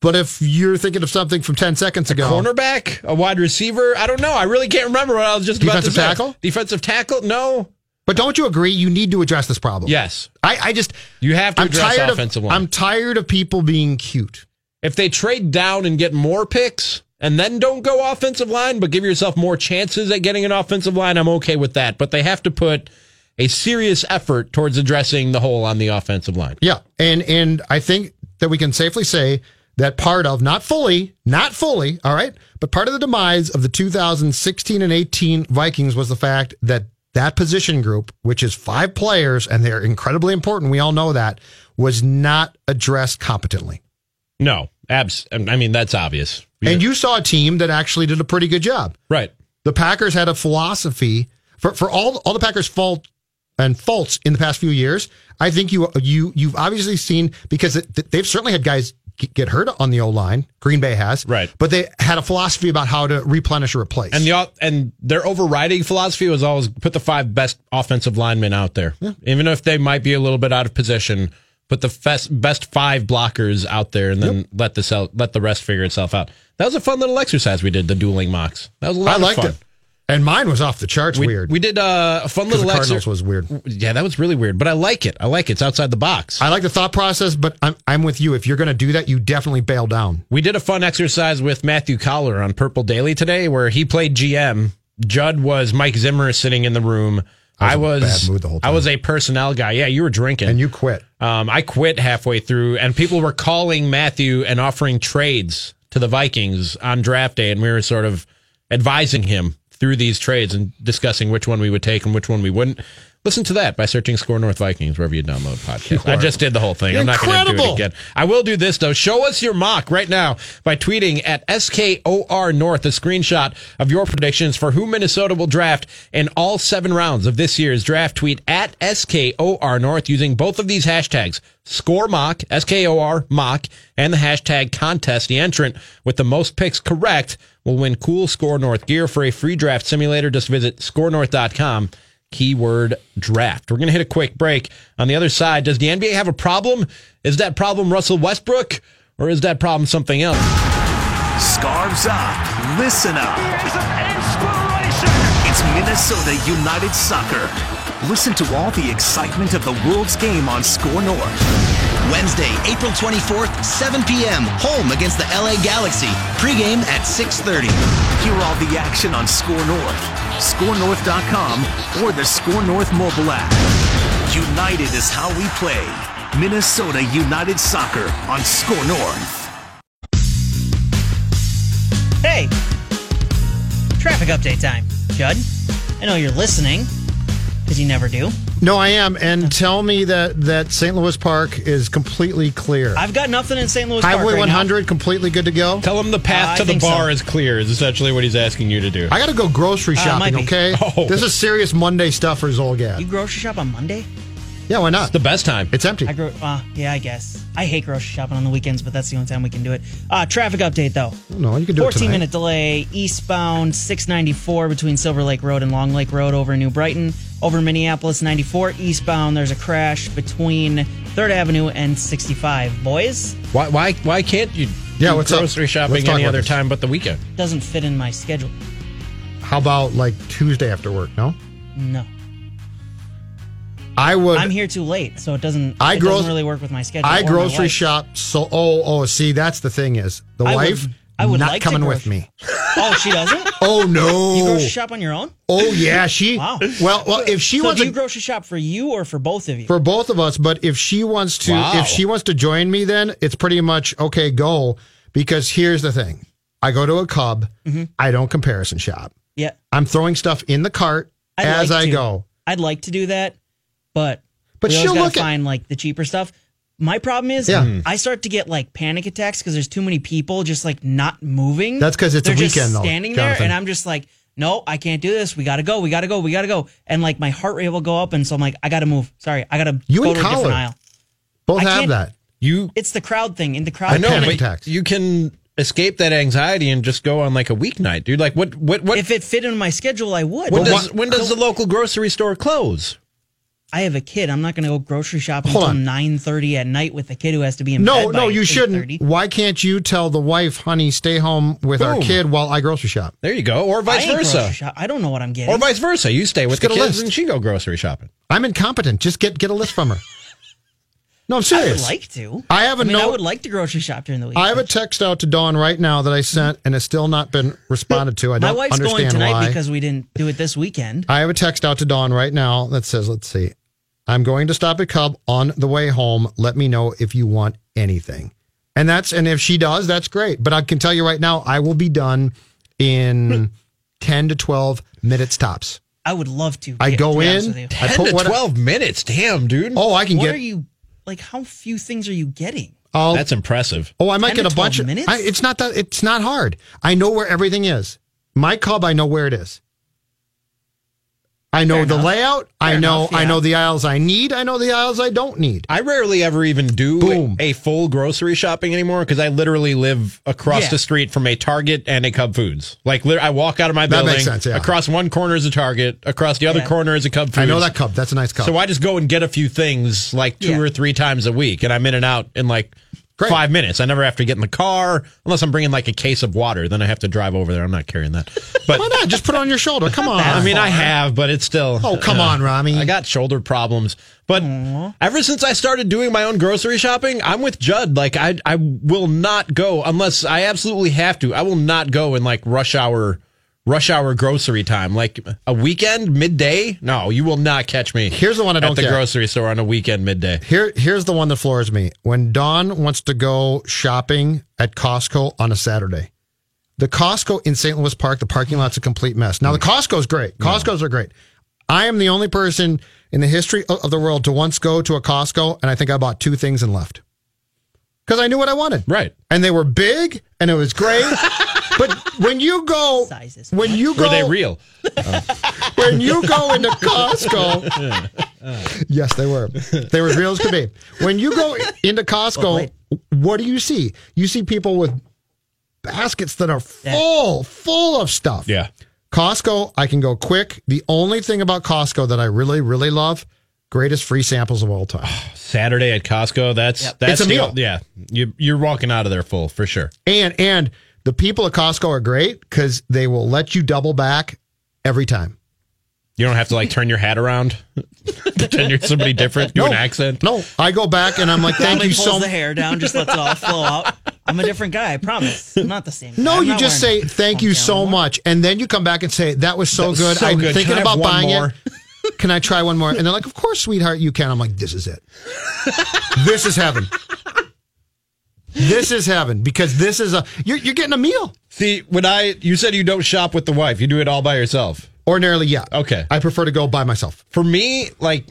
Speaker 5: but if you're thinking of something from ten seconds ago,
Speaker 4: cornerback, a wide receiver. I don't know. I really can't remember what I was just about to
Speaker 5: Defensive
Speaker 4: say.
Speaker 5: tackle?
Speaker 4: Defensive tackle? No.
Speaker 5: but don't you agree? You need to address this problem.
Speaker 4: Yes.
Speaker 5: I, I just
Speaker 4: You have to
Speaker 5: I'm
Speaker 4: address
Speaker 5: tired
Speaker 4: offensive
Speaker 5: of
Speaker 4: line.
Speaker 5: I'm tired of people being cute.
Speaker 4: If they trade down and get more picks and then don't go offensive line, but give yourself more chances at getting an offensive line, I'm okay with that. But they have to put a serious effort towards addressing the hole on the offensive line.
Speaker 5: Yeah, and and I think that we can safely say that part of not fully, not fully, all right, but part of the demise of the 2016 and 18 Vikings was the fact that that position group, which is five players and they're incredibly important, we all know that, was not addressed competently.
Speaker 4: No, abs. I mean, that's obvious.
Speaker 5: And you saw a team that actually did a pretty good job.
Speaker 4: right.
Speaker 5: The Packers had a philosophy for, for all all the Packers' fault and faults in the past few years. I think you you you've obviously seen because it, they've certainly had guys g- get hurt on the O line. Green Bay has
Speaker 4: Right.
Speaker 5: but they had a philosophy about how to replenish or replace.
Speaker 4: And the au- and their overriding philosophy was always put the five best offensive linemen out there, even if they might be a little bit out of position. Put the fest, best five blockers out there, and then let the sell, let the rest figure itself out. That was a fun little exercise we did. The dueling mocks. That was a lot
Speaker 5: I
Speaker 4: of
Speaker 5: liked
Speaker 4: fun.
Speaker 5: it, and mine was off the charts
Speaker 4: We,
Speaker 5: weird.
Speaker 4: We did uh, a fun
Speaker 5: 'Cause
Speaker 4: little
Speaker 5: the Cardinals
Speaker 4: exercise.
Speaker 5: was weird.
Speaker 4: yeah, that was really weird, but I like it. I like it. It's outside the box.
Speaker 5: I like the thought process, but I'm I'm with you. If you're going to do that, you definitely bail down.
Speaker 4: We did a fun exercise with Matthew Collar on Purple Daily today where he played GM. Judd was Mike Zimmer sitting in the room. I was,
Speaker 5: in a bad mood the whole
Speaker 4: I
Speaker 5: time.
Speaker 4: was a personnel guy. Yeah, you were drinking.
Speaker 5: And you quit.
Speaker 4: um, I quit halfway through, and people were calling Matthew and offering trades to the Vikings on draft day, and we were sort of advising him through these trades and discussing which one we would take and which one we wouldn't. Listen to that by searching Score North Vikings wherever you download podcasts. I just did the whole thing. I'm not going to do it
Speaker 5: Incredible.
Speaker 4: again. I will do this though. Show us your mock right now by tweeting at SKOR North a screenshot of your predictions for who Minnesota will draft in all seven rounds of this year's draft. Tweet at SKOR North using both of these hashtags, score mock, SKOR mock, and the hashtag contest. The entrant with the most picks correct will win cool Score North gear for a free draft simulator. Just visit scorenorth.com keyword draft. We're going to hit a quick break. On the other side, does the NBA have a problem? Is that problem Russell Westbrook or is that problem something else?
Speaker 2: Scarves up. Listen up. It's Minnesota United Soccer. Listen to all the excitement of the world's game on Score North.
Speaker 7: Wednesday, April 24th, 7 p.m. Home against the LA Galaxy. Pregame at 6:30.
Speaker 2: Hear all the action on Score North, scorenorth.com, or the Score North mobile app. United is how we play. Minnesota United Soccer on Score North.
Speaker 6: Hey, traffic update time. Judd, I know you're listening because you never do.
Speaker 5: No, I am. And tell me that that St. Louis Park is completely clear.
Speaker 6: I've got nothing in St. Louis. Park
Speaker 5: Highway
Speaker 6: right now.
Speaker 5: 100 completely good to go.
Speaker 4: Tell him the path
Speaker 6: Uh, I
Speaker 4: to the
Speaker 6: think so.
Speaker 4: bar is clear is essentially what he's asking you to do.
Speaker 5: I got to go grocery
Speaker 6: Uh, might
Speaker 5: shopping,
Speaker 6: be.
Speaker 5: okay?
Speaker 4: Oh.
Speaker 5: This is serious Monday stuff for Zolgad.
Speaker 6: You grocery shop on Monday?
Speaker 5: Yeah, why not?
Speaker 4: It's the best time.
Speaker 5: It's empty.
Speaker 6: I grew. Uh, yeah, I guess. I hate grocery shopping on the weekends, but that's the only time we can do it. Uh, traffic update though.
Speaker 5: No, you can do it
Speaker 6: 14
Speaker 5: tonight.
Speaker 6: minute delay eastbound 694 between Silver Lake Road and Long Lake Road over New Brighton. Over Minneapolis 94 eastbound, there's a crash between 3rd Avenue and 65. Boys,
Speaker 4: Why why why can't you
Speaker 5: Yeah,
Speaker 4: do
Speaker 5: what's up?
Speaker 4: grocery
Speaker 5: Let's
Speaker 4: shopping
Speaker 5: talk
Speaker 4: any
Speaker 5: about
Speaker 4: other
Speaker 5: this.
Speaker 4: time but the weekend?
Speaker 6: doesn't fit in my schedule.
Speaker 5: How about like Tuesday after work? No,
Speaker 6: No.
Speaker 5: I would.
Speaker 6: I'm here too late, so it doesn't
Speaker 5: I
Speaker 6: it
Speaker 5: gro-
Speaker 6: doesn't really work with my schedule.
Speaker 5: I
Speaker 6: or my
Speaker 5: grocery
Speaker 6: wife.
Speaker 5: shop. So oh oh. See, that's the thing is the
Speaker 6: I would-
Speaker 5: wife
Speaker 6: I would
Speaker 5: not
Speaker 6: like to
Speaker 5: coming
Speaker 6: grocery-
Speaker 5: with me.
Speaker 6: Oh, she doesn't?
Speaker 5: Oh
Speaker 6: You
Speaker 5: no.
Speaker 6: grocery shop on your own?
Speaker 5: Oh yeah, she.
Speaker 6: Wow.
Speaker 5: Well, well, if she
Speaker 6: So
Speaker 5: wants
Speaker 6: do
Speaker 5: to,
Speaker 6: you grocery shop for you or for both of you?
Speaker 5: for both of us, but if she wants to,
Speaker 4: Wow.
Speaker 5: if she wants to join me, then it's pretty much okay. Go because here's the thing: I go to a cub.
Speaker 6: Mm-hmm.
Speaker 5: I don't comparison shop.
Speaker 6: yeah.
Speaker 5: I'm throwing stuff in the cart
Speaker 6: I'd
Speaker 5: as I
Speaker 6: like to.
Speaker 5: go.
Speaker 6: I'd like to do that, but
Speaker 5: But
Speaker 6: we always
Speaker 5: she'll
Speaker 6: gotta
Speaker 5: look at-
Speaker 6: find like the cheaper stuff. My problem is
Speaker 5: Yeah. Hmm.
Speaker 6: I start to get like panic attacks because there's too many people just like not moving.
Speaker 5: That's 'cause it's a
Speaker 6: They're just
Speaker 5: weekend, though,
Speaker 6: standing there,
Speaker 5: Jonathan.
Speaker 6: and I'm just like, no, I can't do this. We gotta go. We gotta go. We gotta go. And like my heart rate will go up, and so I'm like, I gotta move. Sorry, I gotta
Speaker 5: You
Speaker 6: go
Speaker 5: and
Speaker 6: to a
Speaker 5: Colin.
Speaker 6: different aisle.
Speaker 5: Both
Speaker 6: I
Speaker 5: have
Speaker 6: can't-
Speaker 5: that.
Speaker 4: You
Speaker 6: It's the crowd thing. In the crowd,
Speaker 4: I know,
Speaker 5: panic
Speaker 4: but
Speaker 5: attacks.
Speaker 4: you can escape that anxiety and just go on like a weeknight, dude. Like what what what
Speaker 6: if it fit in my schedule, I would.
Speaker 4: when
Speaker 5: Well,
Speaker 4: does when does the local grocery store close?
Speaker 6: I have a kid. I'm not going to go grocery shopping
Speaker 5: Hold
Speaker 6: until
Speaker 5: on.
Speaker 6: 9:30 at night with a kid who has to be in
Speaker 5: No,
Speaker 6: bed by
Speaker 5: no, you shouldn't.
Speaker 6: 8:30.
Speaker 5: Why can't you tell the wife, honey, stay home with our
Speaker 4: Boom.
Speaker 5: kid while I grocery shop?
Speaker 4: There you go, or
Speaker 6: I
Speaker 4: vice
Speaker 6: ain't grocery
Speaker 4: versa,
Speaker 6: shop- I don't know what I'm getting.
Speaker 4: or vice versa. You stay with
Speaker 5: Just get
Speaker 4: the
Speaker 5: a
Speaker 4: kids
Speaker 5: list.
Speaker 4: and she go grocery shopping.
Speaker 5: I'm incompetent. Just get get a list from her. No, I'm
Speaker 6: I would
Speaker 5: serious. I,
Speaker 6: like to.
Speaker 5: I have a
Speaker 6: I mean, I
Speaker 5: note-
Speaker 6: would like to grocery shop during the week.
Speaker 5: have a text out to Dawn right now that I sent and it's still not been responded to. I
Speaker 6: My
Speaker 5: don't
Speaker 6: wife's going
Speaker 5: understand
Speaker 6: tonight
Speaker 5: why.
Speaker 6: because we didn't do it this weekend.
Speaker 5: I have a text out to Dawn right now that says, "Let's see, I'm going to stop at Cub on the way home. Let me know if you want anything." And that's and if she does, that's great. But I can tell you right now, I will be done
Speaker 6: Hmm.
Speaker 5: in ten to twelve minutes tops.
Speaker 6: I would love to.
Speaker 5: I
Speaker 6: to
Speaker 5: go
Speaker 6: be honest
Speaker 5: in,
Speaker 6: with you.
Speaker 5: I
Speaker 4: Ten
Speaker 5: put
Speaker 4: to
Speaker 5: what I-
Speaker 4: twelve minutes, damn, dude.
Speaker 5: Oh, I can
Speaker 6: What
Speaker 5: get.
Speaker 6: are you like? How few things are you getting?
Speaker 5: I'll-
Speaker 4: that's impressive.
Speaker 5: oh, I might
Speaker 6: 10 to
Speaker 5: get a
Speaker 6: 12
Speaker 5: bunch. Of,
Speaker 6: minutes?
Speaker 5: I, it's not that. It's not hard. I know where everything is. My Cub, I know where it is. I know
Speaker 6: Fair
Speaker 5: the
Speaker 6: enough.
Speaker 5: layout. I
Speaker 6: Fair
Speaker 5: know.
Speaker 6: enough,
Speaker 5: I
Speaker 6: yeah.
Speaker 5: know the aisles I need. I know the aisles I don't need.
Speaker 4: I rarely ever even do
Speaker 5: Boom.
Speaker 4: a full grocery shopping anymore because I literally live across
Speaker 6: Yeah.
Speaker 4: the street from a Target and a Cub Foods. Like, lit- I walk out of my
Speaker 5: That
Speaker 4: building.
Speaker 5: makes sense, yeah.
Speaker 4: Across one corner is a Target. Across the other
Speaker 6: Yeah.
Speaker 4: corner is a Cub Foods.
Speaker 5: I know that cup. That's a nice cup.
Speaker 4: So I just go and get a few things like two
Speaker 6: Yeah.
Speaker 4: or three times a week, and I'm in and out in like
Speaker 5: Great.
Speaker 4: five minutes. I never have to get in the car unless I'm bringing like a case of water. Then I have to drive over there. I'm not carrying that. But
Speaker 5: Why not? Just put it on your shoulder. Come on.
Speaker 4: I mean, I have, but it's still.
Speaker 5: Oh, come on, Rami.
Speaker 4: I got shoulder problems. But ever since I started doing my own grocery shopping, I'm with Judd. Like, I, I will not go unless I absolutely have to. I will not go in like rush hour, rush hour grocery time. Like a weekend, midday. No, you will not catch me.
Speaker 5: Here's the one I don't
Speaker 4: At the
Speaker 5: get.
Speaker 4: grocery store on a weekend midday.
Speaker 5: Here, here's the one that floors me. When Dawn wants to go shopping at Costco on a Saturday, the Costco in St. Louis Park, the parking lot's a complete mess. Now, the Costco's great. Costco's are great. I am the only person in the history of of the world to once go to a Costco, and I think I bought two things and left because I knew what I wanted.
Speaker 4: Right.
Speaker 5: And they were big, and it was great. but when you go,
Speaker 6: Sizes.
Speaker 5: when you go,
Speaker 4: Were they real?
Speaker 5: when you go into Costco. yes, they were. They were as real as could be. When you go into Costco, what do you see? You see people with baskets that are full, full of stuff.
Speaker 4: Yeah.
Speaker 5: Costco, I can go quick. The only thing about Costco that I really, really love, greatest free samples of all time.
Speaker 4: Saturday at Costco. That's that's
Speaker 5: It's a
Speaker 4: the-
Speaker 5: meal.
Speaker 4: Yeah, you you're walking out of there full for sure.
Speaker 5: And and the people at Costco are great because they will let you double back every time.
Speaker 4: You don't have to like turn your hat around, pretend you're somebody different, do an accent.
Speaker 5: No, I go back and I'm like, thank
Speaker 6: Probably
Speaker 5: you
Speaker 6: pulls
Speaker 5: so
Speaker 6: the
Speaker 5: much.
Speaker 6: hair down, just lets it all flow out. I'm a different guy. I promise. I'm not the same. guy.
Speaker 5: No,
Speaker 6: I'm
Speaker 5: you
Speaker 6: not
Speaker 5: just say
Speaker 6: wearing
Speaker 5: thank you
Speaker 6: ponytail
Speaker 5: so
Speaker 6: anymore.
Speaker 5: much, and then you come back and say that was so
Speaker 4: That was
Speaker 5: good.
Speaker 4: so
Speaker 5: I'm
Speaker 4: good.
Speaker 5: thinking
Speaker 4: Can I have
Speaker 5: about
Speaker 4: one
Speaker 5: buying
Speaker 4: more?"
Speaker 5: it. Can I try one more? And they're like, of course, sweetheart, you can. I'm like, this is it. this is heaven. This is heaven because this is a you're, you're getting a meal.
Speaker 4: See, when I you said you don't shop with the wife, you do it all by yourself.
Speaker 5: Ordinarily, yeah.
Speaker 4: Okay.
Speaker 5: I prefer to go by myself.
Speaker 4: For me, like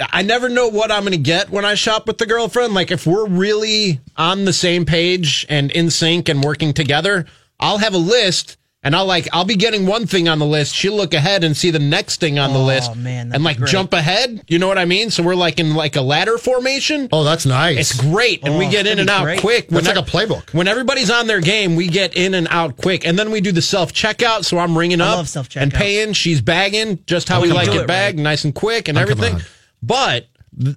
Speaker 4: I never know what I'm going to get when I shop with the girlfriend. Like if we're really on the same page and in sync and working together, I'll have a list And I'll like I'll be getting one thing on the list. She'll look ahead and see the next thing on the
Speaker 6: Oh,
Speaker 4: list,
Speaker 6: man, that'd
Speaker 4: and
Speaker 6: be
Speaker 4: like
Speaker 6: great.
Speaker 4: jump ahead. You know what I mean? So we're like in like a ladder formation.
Speaker 5: Oh, that's nice.
Speaker 4: It's great, and we
Speaker 6: Oh,
Speaker 4: get
Speaker 6: that'd
Speaker 4: in
Speaker 6: be
Speaker 4: and out
Speaker 6: great.
Speaker 4: quick.
Speaker 5: That's
Speaker 4: When
Speaker 5: like a playbook.
Speaker 4: When everybody's on their game, we get in and out quick, and then we do the self checkout. So I'm ringing
Speaker 6: I
Speaker 4: up
Speaker 6: love self-checkouts.
Speaker 4: and paying. She's bagging, just how we
Speaker 5: Oh, come
Speaker 4: like
Speaker 5: on.
Speaker 4: it
Speaker 5: Do it
Speaker 4: bagged, nice and quick, and
Speaker 5: Oh, come
Speaker 4: everything.
Speaker 5: on.
Speaker 4: But th-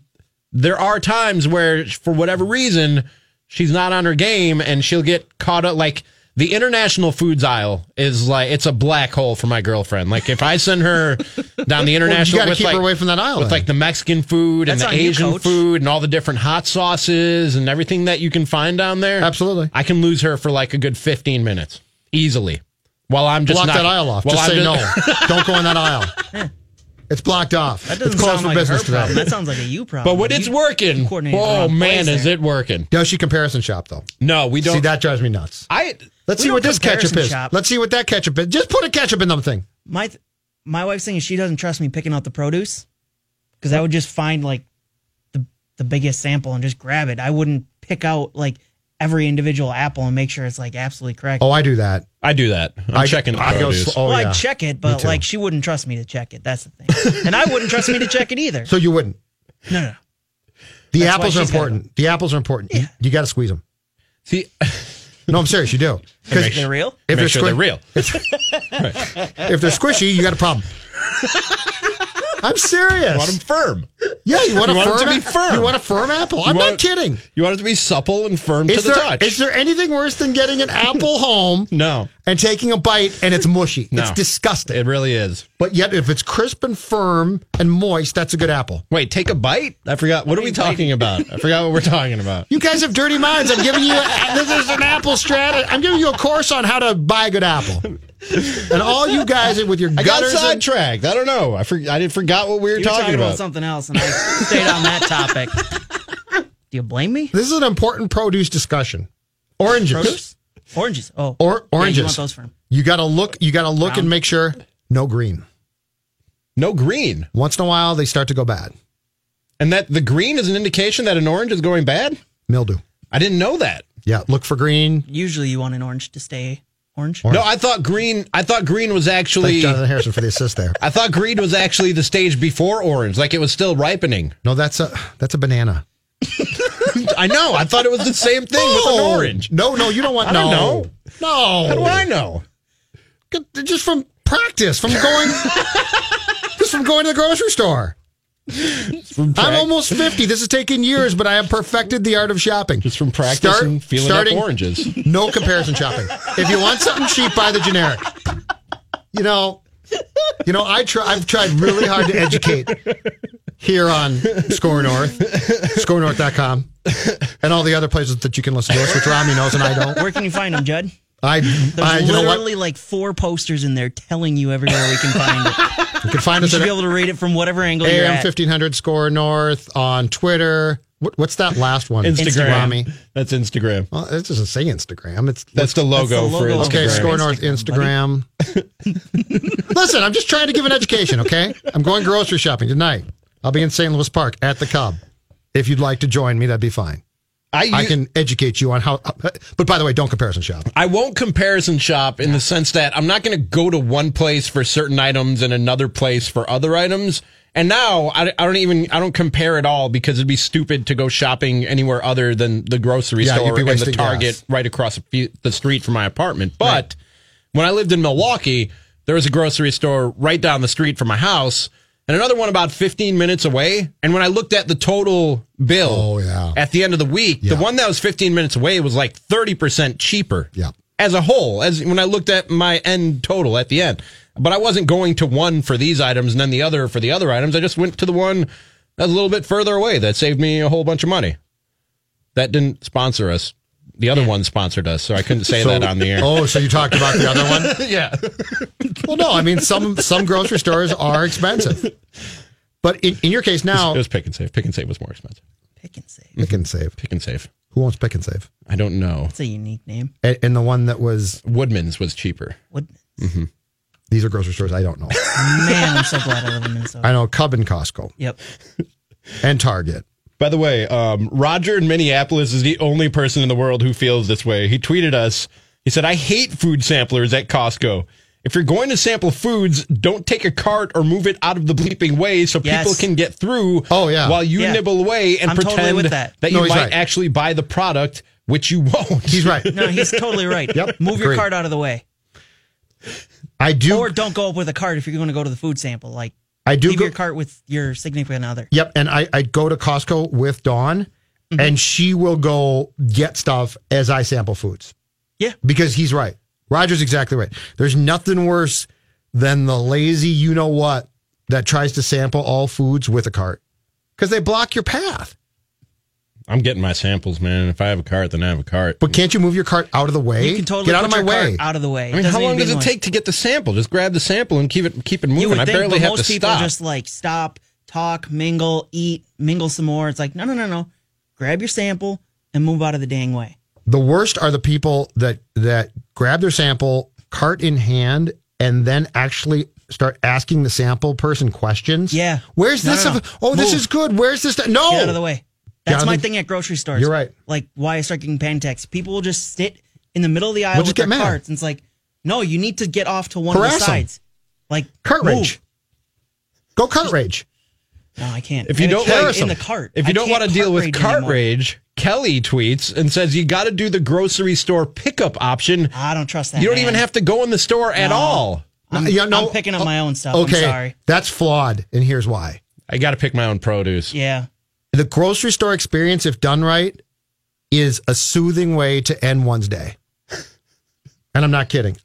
Speaker 4: there are times where, for whatever reason, she's not on her game, and she'll get caught up like. The international foods aisle is like it's a black hole for my girlfriend. Like if I send her down the international,
Speaker 5: gotta
Speaker 4: with,
Speaker 5: keep her
Speaker 4: like-
Speaker 5: away from that aisle
Speaker 4: with
Speaker 5: then.
Speaker 4: like the Mexican food
Speaker 6: That's
Speaker 4: and
Speaker 6: on
Speaker 4: the
Speaker 6: you,
Speaker 4: Asian food
Speaker 6: coach.
Speaker 4: food and all the different hot sauces and everything that you can find down there.
Speaker 5: Absolutely.
Speaker 4: I can lose her for like a good 15 minutes easily. While I'm just
Speaker 5: Block
Speaker 4: not,
Speaker 5: that aisle off.
Speaker 4: while
Speaker 5: Just say
Speaker 4: I'm
Speaker 5: no. Don't go in that aisle. It's blocked off.
Speaker 6: That
Speaker 5: it's
Speaker 6: doesn't
Speaker 5: closed
Speaker 6: sound
Speaker 5: for
Speaker 6: like her
Speaker 5: business
Speaker 6: problem.
Speaker 5: today.
Speaker 6: That sounds like a you problem.
Speaker 4: But when it's
Speaker 6: You-
Speaker 4: working,
Speaker 6: you coordinated the
Speaker 4: oh
Speaker 6: wrong
Speaker 4: man,
Speaker 6: place
Speaker 4: is
Speaker 6: there.
Speaker 4: it working?
Speaker 5: Does she comparison shop though?
Speaker 4: No, we don't.
Speaker 5: See, that drives me nuts.
Speaker 4: I
Speaker 5: Let's
Speaker 6: We
Speaker 5: see
Speaker 6: don't
Speaker 5: what this ketchup
Speaker 6: comparison
Speaker 5: is.
Speaker 6: shop.
Speaker 5: Let's see what that ketchup is. Just put a ketchup in something.
Speaker 6: My th- my wife's thing is she doesn't trust me picking out the produce because I would just find like the the biggest sample and just grab it. I wouldn't pick out like every individual apple and make sure it's like absolutely correct.
Speaker 5: Oh, I do that.
Speaker 4: I do that. I'm
Speaker 5: I-
Speaker 4: checking.
Speaker 5: I go
Speaker 4: produce.
Speaker 5: sl- oh,
Speaker 6: well,
Speaker 5: yeah.
Speaker 6: I'd check it,
Speaker 5: Me
Speaker 6: but
Speaker 5: too.
Speaker 6: like she wouldn't trust me to check it. That's the thing, and I wouldn't trust me to check it either.
Speaker 5: So you wouldn't.
Speaker 6: No, no, no.
Speaker 5: The
Speaker 6: That's
Speaker 5: apples
Speaker 6: why
Speaker 5: are
Speaker 6: she's got
Speaker 5: important. The apples are important. You- You, got to squeeze them.
Speaker 4: See,
Speaker 5: No, I'm serious. You do. 'Cause
Speaker 4: Make
Speaker 6: they're real.
Speaker 5: if
Speaker 4: make sure
Speaker 5: squishy-
Speaker 4: they're real.
Speaker 5: If they're squishy, you got a problem. I'm serious.
Speaker 4: I want them firm.
Speaker 5: yeah, you want,
Speaker 4: You
Speaker 5: a
Speaker 4: want 'em
Speaker 5: firm
Speaker 4: to be
Speaker 5: ap-
Speaker 4: firm.
Speaker 5: You want a firm apple. Oh, I'm
Speaker 4: want-
Speaker 5: not kidding.
Speaker 4: You want it to be supple and firm
Speaker 5: Is
Speaker 4: to
Speaker 5: there,
Speaker 4: the touch.
Speaker 5: is there anything worse than getting an apple home
Speaker 4: no,
Speaker 5: and taking a bite and it's mushy?
Speaker 4: No.
Speaker 5: It's disgusting.
Speaker 4: it really is.
Speaker 5: But yet, if it's crisp and firm and moist, that's a good apple.
Speaker 4: Wait, take a bite. I forgot. What are we talking about? I forgot what we're talking about.
Speaker 5: You guys have dirty minds. I'm giving you this is an apple strategy. I'm giving you a course on how to buy a good apple. And all you guys with your
Speaker 4: I got
Speaker 5: gutters. and-
Speaker 4: sidetracked. I don't know. I for, I did forgot what we were
Speaker 6: You're
Speaker 4: talking, about.
Speaker 6: something else, and I stayed on that topic. Do you blame me?
Speaker 5: this is an important produce discussion. Oranges.
Speaker 6: Produce, oranges. Oh,
Speaker 5: Or
Speaker 6: Yeah, you
Speaker 5: oranges.
Speaker 6: want those firm?
Speaker 5: you got to look. You got to look
Speaker 6: Brown.
Speaker 5: and make sure no green.
Speaker 4: No green,
Speaker 5: Once in a while, they start to go bad.
Speaker 4: and that the green is an indication that an orange is going bad.
Speaker 5: Mildew.
Speaker 4: I didn't know that.
Speaker 5: Yeah, look for green.
Speaker 6: Usually, you want an orange to stay orange.
Speaker 4: No, I thought green. I thought green was
Speaker 5: Thanks,
Speaker 4: actually.
Speaker 5: Jonathan Harrison, for the assist there.
Speaker 4: I thought green was actually the stage before orange, like it was still ripening.
Speaker 5: No, that's a that's a banana.
Speaker 4: I know. I thought it was the same thing with an
Speaker 5: No.
Speaker 4: orange.
Speaker 5: No, no, you don't want.
Speaker 4: I don't
Speaker 5: no, no.
Speaker 4: How do I know?
Speaker 5: Get- just from practice, from going, just from going to the grocery store. I'm almost fifty. This has taken years, but I have perfected the art of shopping.
Speaker 4: Just from practice
Speaker 5: Start-
Speaker 4: and feeling
Speaker 5: starting,
Speaker 4: up oranges.
Speaker 5: No comparison shopping. If you want something cheap, buy the generic. You know, you know. I try. I've tried really hard to educate here on Score North, ScoreNorth.com, and all the other places that you can listen to us, which Rami knows and I don't.
Speaker 6: Where can you find them, Judd?
Speaker 5: I,
Speaker 6: There's
Speaker 4: Uh,
Speaker 5: I you know what?
Speaker 6: literally like four posters in there telling you everywhere we can find it.
Speaker 5: You can find
Speaker 6: You
Speaker 5: us
Speaker 6: should
Speaker 5: at
Speaker 6: be able to read it from whatever angle you're
Speaker 5: AM
Speaker 6: at.
Speaker 5: fifteen hundred score north on Twitter. What, what's that last one?
Speaker 4: Instagram.
Speaker 5: Rami.
Speaker 4: That's Instagram.
Speaker 5: Well, it doesn't say Instagram. It's
Speaker 4: That's the
Speaker 6: the
Speaker 4: logo,
Speaker 6: logo.
Speaker 4: for Instagram.
Speaker 5: okay.
Speaker 6: Instagram.
Speaker 5: Score north Instagram. Listen, I'm just trying to give an education. Okay, I'm going grocery shopping tonight. I'll be in St. Louis Park at the Cub. If you'd like to join me, that'd be fine.
Speaker 4: I,
Speaker 5: I can educate you on how. But by the way, don't comparison shop.
Speaker 4: I won't comparison shop in the sense that I'm not going to go to one place for certain items and another place for other items. And now I, I don't even I don't compare at all because it'd be stupid to go shopping anywhere other than the grocery
Speaker 5: Yeah, you'd
Speaker 4: store
Speaker 5: be
Speaker 4: and the
Speaker 5: wasting
Speaker 4: Target
Speaker 5: gas.
Speaker 4: right across the fe- the street from my apartment. But when I lived in Milwaukee, there was a grocery store right down the street from my house and another one about 15 minutes away. And when I looked at the total bill
Speaker 5: Oh, yeah.
Speaker 4: at the end of the week, the
Speaker 5: Yeah.
Speaker 4: one that was 15 minutes away was like 30% cheaper
Speaker 5: Yeah.
Speaker 4: as a whole, as when I looked at my end total at the end. But I wasn't going to one for these items and then the other for the other items. I just went to the one a little bit further away that saved me a whole bunch of money. That didn't sponsor us. The other one sponsored us, so I couldn't say that on the air.
Speaker 5: Oh, so you talked about the other one?
Speaker 4: yeah.
Speaker 5: Well, no, I mean some some grocery stores are expensive, but in, in your case now,
Speaker 4: It was pick and save. Pick and save was more expensive.
Speaker 6: Pick and save.
Speaker 5: pick and save.
Speaker 4: Pick and save.
Speaker 5: Who wants pick and save?
Speaker 4: I don't know.
Speaker 6: It's a unique name.
Speaker 5: And, and the one that was
Speaker 4: Woodman's was cheaper.
Speaker 6: Woodman.
Speaker 5: these are grocery stores I don't know.
Speaker 6: Man, I'm so glad I live in Minnesota.
Speaker 5: I know Cub and Costco
Speaker 6: Yep.
Speaker 5: and Target.
Speaker 4: By the way, um, Roger in Minneapolis is the only person in the world who feels this way. He tweeted us He said, I hate food samplers at Costco. If you're going to sample foods, don't take a cart or move it out of the bleeping way so
Speaker 6: Yes.
Speaker 4: people can get through
Speaker 5: Oh, yeah.
Speaker 4: while you
Speaker 6: Yeah.
Speaker 4: nibble away and
Speaker 6: I'm totally
Speaker 4: pretend
Speaker 6: with that.
Speaker 4: that. you
Speaker 5: No, he's
Speaker 4: might
Speaker 5: right.
Speaker 4: actually buy the product, which you won't.
Speaker 5: He's right.
Speaker 6: No, he's totally right.
Speaker 5: Yep,
Speaker 6: Move your
Speaker 5: agree.
Speaker 6: card out of the way.
Speaker 5: I do.
Speaker 6: Or don't go up with a card if you're going to go to the food sample. Like,
Speaker 5: I do
Speaker 6: leave
Speaker 5: go-
Speaker 6: your cart with your significant other.
Speaker 5: Yep. And I, I go to Costco with Dawn
Speaker 6: Mm-hmm.
Speaker 5: and she will go get stuff as I sample foods
Speaker 6: Yeah.
Speaker 5: because he's right. Roger's exactly right. There's nothing worse than the lazy you know what that tries to sample all foods with a cart because they block your path.
Speaker 4: I'm getting my samples, man. If I have a cart, then I have a cart.
Speaker 5: But can't you move your cart out of the way?
Speaker 6: You can totally
Speaker 5: get out
Speaker 6: put
Speaker 5: of my
Speaker 6: your
Speaker 5: way.
Speaker 6: cart out of the way.
Speaker 4: I mean,
Speaker 6: Doesn't
Speaker 4: how
Speaker 6: need
Speaker 4: long
Speaker 6: to be
Speaker 4: does it
Speaker 6: in the way.
Speaker 4: take to get the sample? Just grab the sample and keep it keep it
Speaker 6: You
Speaker 4: moving.
Speaker 6: would
Speaker 4: I
Speaker 6: think,
Speaker 4: barely
Speaker 6: but
Speaker 4: have to
Speaker 6: most people
Speaker 4: stop.
Speaker 6: just like stop, talk, mingle, eat, mingle some more. It's like no, no, no, no. Grab your sample and move out of the dang way.
Speaker 5: The worst are the people that that grab their sample, cart in hand, and then actually start asking the sample person questions.
Speaker 6: Yeah.
Speaker 5: Where's
Speaker 6: No,
Speaker 5: this?
Speaker 6: no, no.
Speaker 5: of- oh, this
Speaker 6: Move.
Speaker 5: is good. Where's this? no.
Speaker 6: Get out of the way.
Speaker 5: Oh.
Speaker 6: That's
Speaker 5: out of
Speaker 6: my
Speaker 5: the-
Speaker 6: thing at grocery stores.
Speaker 5: You're right.
Speaker 6: Like why I start getting panic attacks. People will just sit in the middle of the aisle
Speaker 5: We'll just
Speaker 6: with their
Speaker 5: get mad.
Speaker 6: carts, and it's like, no, you need to get off to one of
Speaker 5: Harass
Speaker 6: the
Speaker 5: 'em.
Speaker 6: sides. Like
Speaker 5: Cart
Speaker 6: move.
Speaker 5: rage. Go cart rage.
Speaker 6: No, I can't.
Speaker 4: if you
Speaker 6: And I
Speaker 4: don't
Speaker 6: can't
Speaker 4: like
Speaker 6: in the cart,
Speaker 4: if
Speaker 6: I
Speaker 4: you don't
Speaker 6: can't
Speaker 4: want to deal
Speaker 6: cart
Speaker 4: with
Speaker 6: rage
Speaker 4: cart
Speaker 6: anymore.
Speaker 4: rage, Kelly tweets and says you got to do the grocery store pickup option.
Speaker 6: I don't trust that.
Speaker 4: You don't
Speaker 6: man.
Speaker 4: even have to go in the store at
Speaker 6: No.
Speaker 4: all.
Speaker 6: I'm,
Speaker 5: Yeah, no.
Speaker 6: I'm picking up my own stuff.
Speaker 5: Oh, Okay.
Speaker 6: I'm sorry.
Speaker 5: That's flawed, and here's why.
Speaker 4: I got to pick my own produce.
Speaker 6: Yeah.
Speaker 5: The grocery store experience, if done right, is a soothing way to end one's day. And I'm not kidding.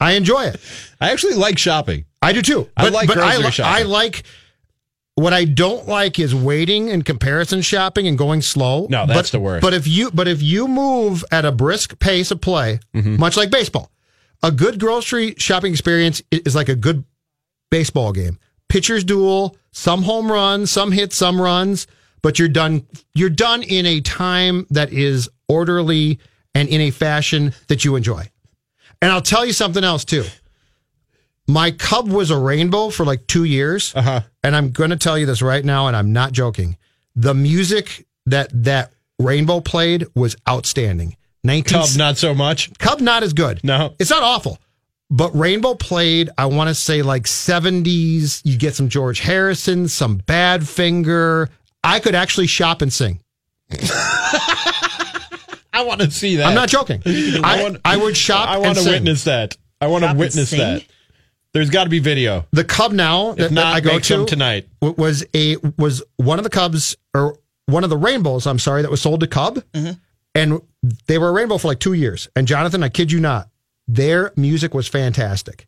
Speaker 5: I enjoy it.
Speaker 4: I actually like shopping.
Speaker 5: I do too.
Speaker 4: I like grocery
Speaker 5: I, li-
Speaker 4: shopping.
Speaker 5: I like what I don't like is waiting and comparison shopping and going slow.
Speaker 4: No,
Speaker 5: But-
Speaker 4: that's the worst.
Speaker 5: But if you but if you move at a brisk pace of play,
Speaker 4: Mm-hmm.
Speaker 5: much like baseball, a good grocery shopping experience i- is like a good baseball game. Pitchers duel, some home runs, some hits, some runs, but you're done you're done in a time that is orderly and in a fashion that you enjoy. And I'll tell you something else too. My cub was a rainbow for like two years. Uh-huh. And I'm going to tell you this right now, and I'm not joking. The music that that rainbow played was outstanding. 19,
Speaker 4: Cub, not so much.
Speaker 5: Cub not as good.
Speaker 4: No.
Speaker 5: It's not awful. But Rainbow played, I want to say like 70s. You get some George Harrison, some Badfinger. I could actually shop and sing.
Speaker 4: I want to see that.
Speaker 5: I'm not joking. I,
Speaker 4: want-
Speaker 5: I would shop
Speaker 4: I
Speaker 5: and
Speaker 4: want to
Speaker 5: sing.
Speaker 4: witness that. I want
Speaker 6: Shop
Speaker 4: to
Speaker 6: and
Speaker 4: witness
Speaker 6: sing?
Speaker 4: that. There's got to be video.
Speaker 5: The Cub now that,
Speaker 4: If
Speaker 5: that
Speaker 4: not,
Speaker 5: I go
Speaker 4: make
Speaker 5: to
Speaker 4: some tonight.
Speaker 5: w- was a was one of the Cubs or one of the Rainbows. I'm sorry, that was sold to Cub,
Speaker 4: Mm-hmm.
Speaker 5: and they were a Rainbow for like two years. And Jonathan, I kid you not, their music was fantastic.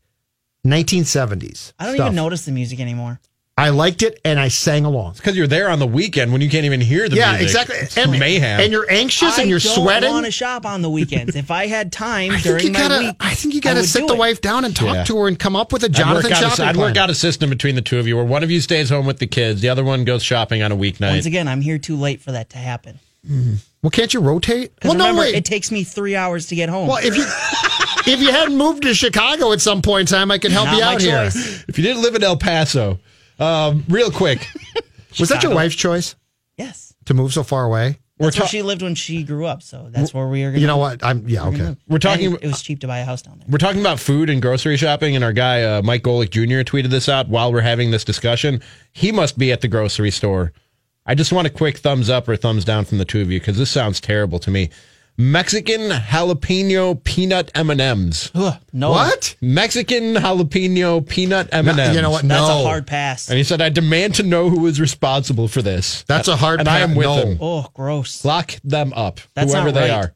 Speaker 5: 1970s.
Speaker 6: I don't
Speaker 5: stuff.
Speaker 6: even notice the music anymore.
Speaker 5: I liked it and I sang along.
Speaker 4: Because you're there on the weekend when you can't even hear the
Speaker 5: yeah,
Speaker 4: music.
Speaker 5: exactly.
Speaker 4: It's
Speaker 5: And
Speaker 4: mayhem.
Speaker 5: And you're anxious
Speaker 6: I
Speaker 5: and you're
Speaker 6: don't
Speaker 5: sweating.
Speaker 6: want to shop on the weekends. If I had time
Speaker 5: I think
Speaker 6: during
Speaker 5: you
Speaker 6: my
Speaker 5: gotta.
Speaker 6: week,
Speaker 5: I think you gotta
Speaker 6: would
Speaker 5: sit
Speaker 6: do
Speaker 5: the
Speaker 6: it.
Speaker 5: wife down and talk
Speaker 4: Yeah.
Speaker 5: to her and come up with a
Speaker 4: I'd work
Speaker 5: Jonathan
Speaker 4: out a-
Speaker 5: shopping
Speaker 4: I'd
Speaker 5: plan.
Speaker 4: work out a system between the two of you where one of you stays home with the kids, the other one goes shopping on a weeknight.
Speaker 6: Once again, I'm here too late for that to happen.
Speaker 5: well, can't you rotate?
Speaker 6: 'Cause
Speaker 5: Well,
Speaker 6: remember,
Speaker 5: no wait.
Speaker 6: it takes me three hours to get home.
Speaker 5: well, if you if you hadn't moved to Chicago at some point in time, I could help
Speaker 6: Not
Speaker 5: you
Speaker 6: my
Speaker 5: out here.
Speaker 6: choice.
Speaker 4: If you didn't live in El Paso, um, real quick,
Speaker 5: Was that your wife's choice
Speaker 6: Yes,
Speaker 5: to move so far away?
Speaker 4: we're,
Speaker 6: that's where
Speaker 4: ta-
Speaker 6: she lived when she grew up. So that's where we are. Gonna
Speaker 5: You know what? I'm yeah
Speaker 6: we're gonna
Speaker 5: okay.
Speaker 6: live.
Speaker 4: We're talking
Speaker 6: And
Speaker 4: ab-
Speaker 6: It was cheap to buy a house down there.
Speaker 4: we're talking about food and grocery shopping, and our guy uh, Mike Golick Jr. tweeted this out while we're having this discussion. He must be at the grocery store. I just want a quick thumbs up or thumbs down from the two of you because this sounds terrible to me. Mexican jalapeno peanut M and M's.
Speaker 6: No,
Speaker 5: What?
Speaker 4: Mexican jalapeno peanut M and M's.
Speaker 5: You know what?
Speaker 6: That's
Speaker 5: no,
Speaker 6: a hard pass.
Speaker 4: And he said, "I demand to know who is responsible for this."
Speaker 5: That's a hard
Speaker 4: And I
Speaker 5: pa-
Speaker 4: am with
Speaker 5: no.
Speaker 4: him.
Speaker 6: oh, gross.
Speaker 4: Lock them up,
Speaker 6: That's
Speaker 4: whoever
Speaker 6: not
Speaker 4: they
Speaker 6: right.
Speaker 4: are.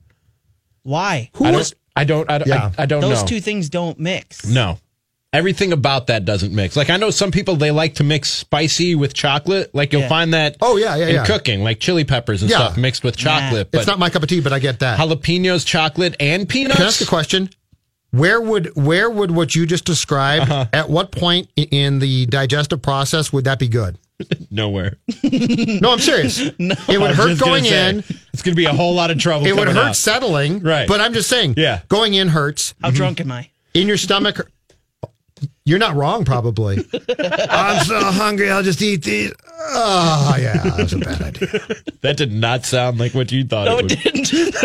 Speaker 6: Why?
Speaker 5: Who Oh,
Speaker 4: I
Speaker 5: was?
Speaker 4: don't. I don't. I don't.
Speaker 5: Yeah.
Speaker 4: I, I don't
Speaker 6: Those
Speaker 4: know.
Speaker 6: two things don't mix.
Speaker 4: no, everything about that doesn't mix. Like I know some people they like to mix spicy with chocolate. Like you'll
Speaker 6: Yeah.
Speaker 4: find that.
Speaker 5: Oh, yeah, yeah,
Speaker 4: in
Speaker 5: yeah.
Speaker 4: cooking, like chili peppers and
Speaker 5: Yeah.
Speaker 4: stuff mixed with chocolate.
Speaker 5: It's
Speaker 4: But
Speaker 5: not my cup of tea, but I get that.
Speaker 4: jalapenos, chocolate, and peanuts.
Speaker 5: Can I ask a question? Where would where would what you just described? At what point i- in the digestive process would that be good?
Speaker 4: Nowhere.
Speaker 5: No, I'm serious. it
Speaker 4: I
Speaker 5: would
Speaker 4: was
Speaker 5: hurt
Speaker 4: just gonna
Speaker 5: going
Speaker 4: say,
Speaker 5: in.
Speaker 4: It's going to be a whole lot of trouble.
Speaker 5: It would
Speaker 4: coming
Speaker 5: hurt
Speaker 4: out.
Speaker 5: settling.
Speaker 4: Right.
Speaker 5: But I'm just saying.
Speaker 4: Yeah.
Speaker 5: Going in hurts
Speaker 6: How drunk am I?
Speaker 5: in your stomach. You're not wrong, probably. I'm so hungry. I'll just eat these. Oh yeah, that was a bad idea.
Speaker 4: That did not sound like what you thought. it would.
Speaker 6: didn't.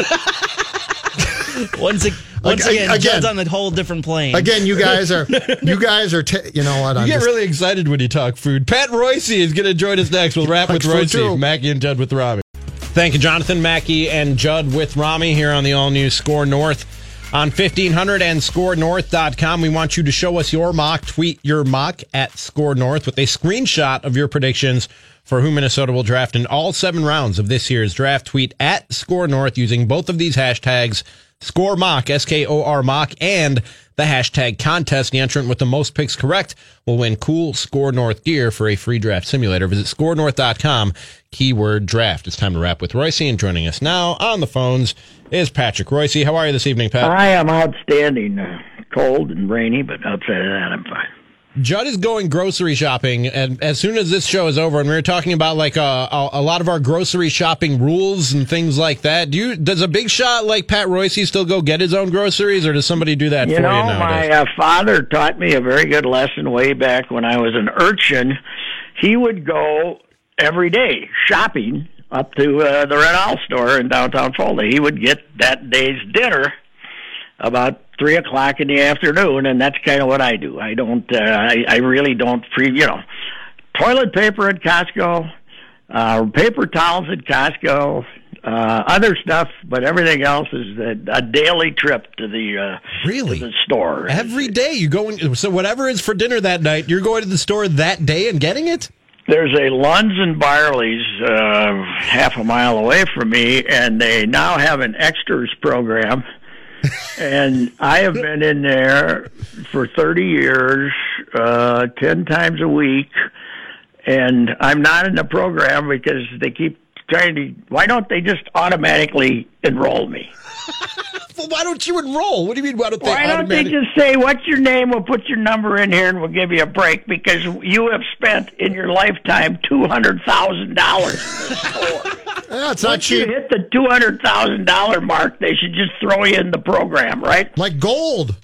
Speaker 6: Once, ag- once again,
Speaker 5: again.
Speaker 6: Judd's on a whole different plane.
Speaker 5: Again, you guys are you guys are ta you know what?
Speaker 4: You
Speaker 5: I'm
Speaker 4: get
Speaker 5: just,
Speaker 4: really excited when you talk food. Pat Royce is going to join us next. We'll wrap with
Speaker 5: Thanks for
Speaker 4: Royce,
Speaker 5: two.
Speaker 4: Mackie and Judd with Rami. Thank you, Jonathan Mackey and Judd with Rami here on the all new Score North on 1500 and scorenorth.com. We want you to show us your mock, tweet your mock at Score North with a screenshot of your predictions for who Minnesota will draft in all seven rounds of this year's draft. Tweet at Score North using both of these hashtags Score Mock, S K O R Mock, and the hashtag contest. The entrant with the most picks correct will win cool Score North gear for a free draft simulator. Visit scorenorth.com, keyword draft. It's time to wrap with Royce, and joining us now on the phones is Patrick Royce. How are you this evening, Pat?
Speaker 8: I am outstanding. Uh, cold and rainy, but outside of that, I'm fine.
Speaker 4: Judd is going grocery shopping, and as soon as this show is over, and we were talking about like uh, a, a lot of our grocery shopping rules and things like that. Do you does a big shot like Pat Royce still go get his own groceries, or does somebody do that
Speaker 8: You
Speaker 4: for
Speaker 8: know,
Speaker 4: you nowadays?
Speaker 8: my uh, father taught me a very good lesson way back when I was an urchin. He would go every day shopping up to uh, the Red Owl store in downtown Foley. He would get that day's dinner about three o'clock in the afternoon, and that's kind of what I do. I don't. Uh, I, I really don't. Pre, you know, toilet paper at Costco, uh, paper towels at Costco, uh, other stuff, but everything else is a, a daily trip to the uh,
Speaker 4: Really?
Speaker 8: to the store.
Speaker 4: Every day you go in, so whatever is for dinner that night, you're going to the store that day and getting it.
Speaker 8: There's a Lunds and Barley's uh, half a mile away from me, and they now have an extras program. and I have been in there for 30 years, uh, 10 times a week, and I'm not in the program because they keep trying to. Why don't they just automatically enroll me?
Speaker 4: Well, why don't you enroll? What do you mean? Why don't they?
Speaker 8: Why don't they
Speaker 4: automatic-
Speaker 8: just say, "What's your name? We'll put your number in here, and we'll give you a break"? Because you have spent in your lifetime two hundred thousand dollars.
Speaker 5: yeah, it's not
Speaker 8: Once you
Speaker 5: cheap.
Speaker 8: hit the two hundred thousand dollar mark, they should just throw you in the program, right?
Speaker 5: Like gold,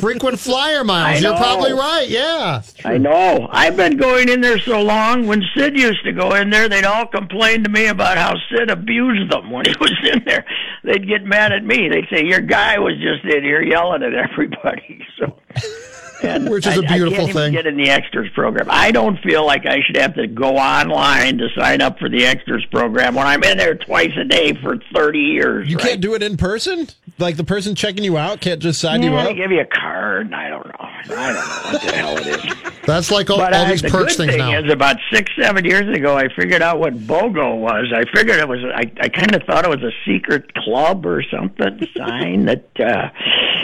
Speaker 5: frequent flyer
Speaker 8: I
Speaker 5: miles. You're
Speaker 8: know.
Speaker 5: probably right. Yeah,
Speaker 8: I know. I've been going in there so long. When Sid used to go in there, they'd all complain to me about how Sid abused them when he was in there. They'd get mad at me. They'd say, "Your guy was just in here yelling at everybody." So. And
Speaker 5: Which is a
Speaker 8: I-
Speaker 5: beautiful
Speaker 8: I can't even
Speaker 5: thing.
Speaker 8: get in the extras program. I don't feel like I should have to go online to sign up for the extras program when I'm in there twice a day for 30 years.
Speaker 4: You
Speaker 8: right?
Speaker 4: can't do it in person. Like the person checking you out can't just sign you
Speaker 8: Yeah,
Speaker 4: up.
Speaker 8: they give you a card. and I don't know. I don't know what the hell it is.
Speaker 5: that's like all,
Speaker 8: But
Speaker 5: all
Speaker 8: I,
Speaker 5: these
Speaker 8: the
Speaker 5: perks
Speaker 8: good
Speaker 5: things
Speaker 8: thing
Speaker 5: now.
Speaker 8: is, about six, seven years ago, I figured out what BOGO was. I figured it was. I, I kind of thought it was a secret club or something sign that, uh,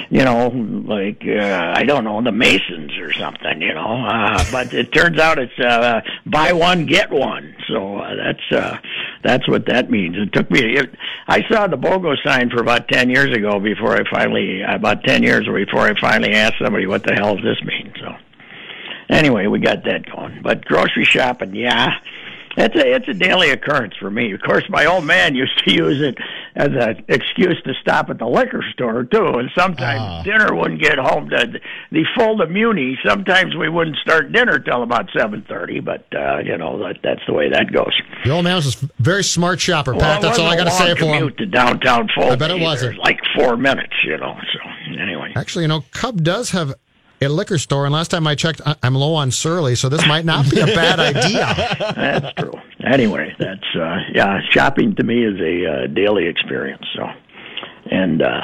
Speaker 8: you know, like uh, I don't know, the Masons or something. You know, uh, but it turns out it's uh, buy one get one. So uh, that's uh, that's what that means. It took me. It, I saw the BOGO sign for about ten years ago before I finally about ten years before I finally asked somebody what the hell does this mean. So anyway, we got that going. But grocery shopping, yeah, it's a it's a daily occurrence for me. Of course, my old man used to use it as an excuse to stop at the liquor store too. And sometimes
Speaker 5: Ah.
Speaker 8: dinner wouldn't get home to the full immune. Sometimes we wouldn't start dinner till about seven thirty. But uh, you know that that's the way that goes.
Speaker 5: The old man was a very smart shopper, Pat.
Speaker 8: Well, it
Speaker 5: that's all I got to
Speaker 8: wasn't a
Speaker 5: say
Speaker 8: long
Speaker 5: for him.
Speaker 8: commute to downtown Foley.
Speaker 5: bet it
Speaker 8: either.
Speaker 5: wasn't.
Speaker 8: like four minutes, you know. So anyway.
Speaker 5: Actually, you know, Cub does have a liquor store, and last time I checked, I- I'm low on Surly, so this might not be a bad idea.
Speaker 8: That's true. Anyway, that's uh yeah, shopping to me is a uh, daily experience. So, and uh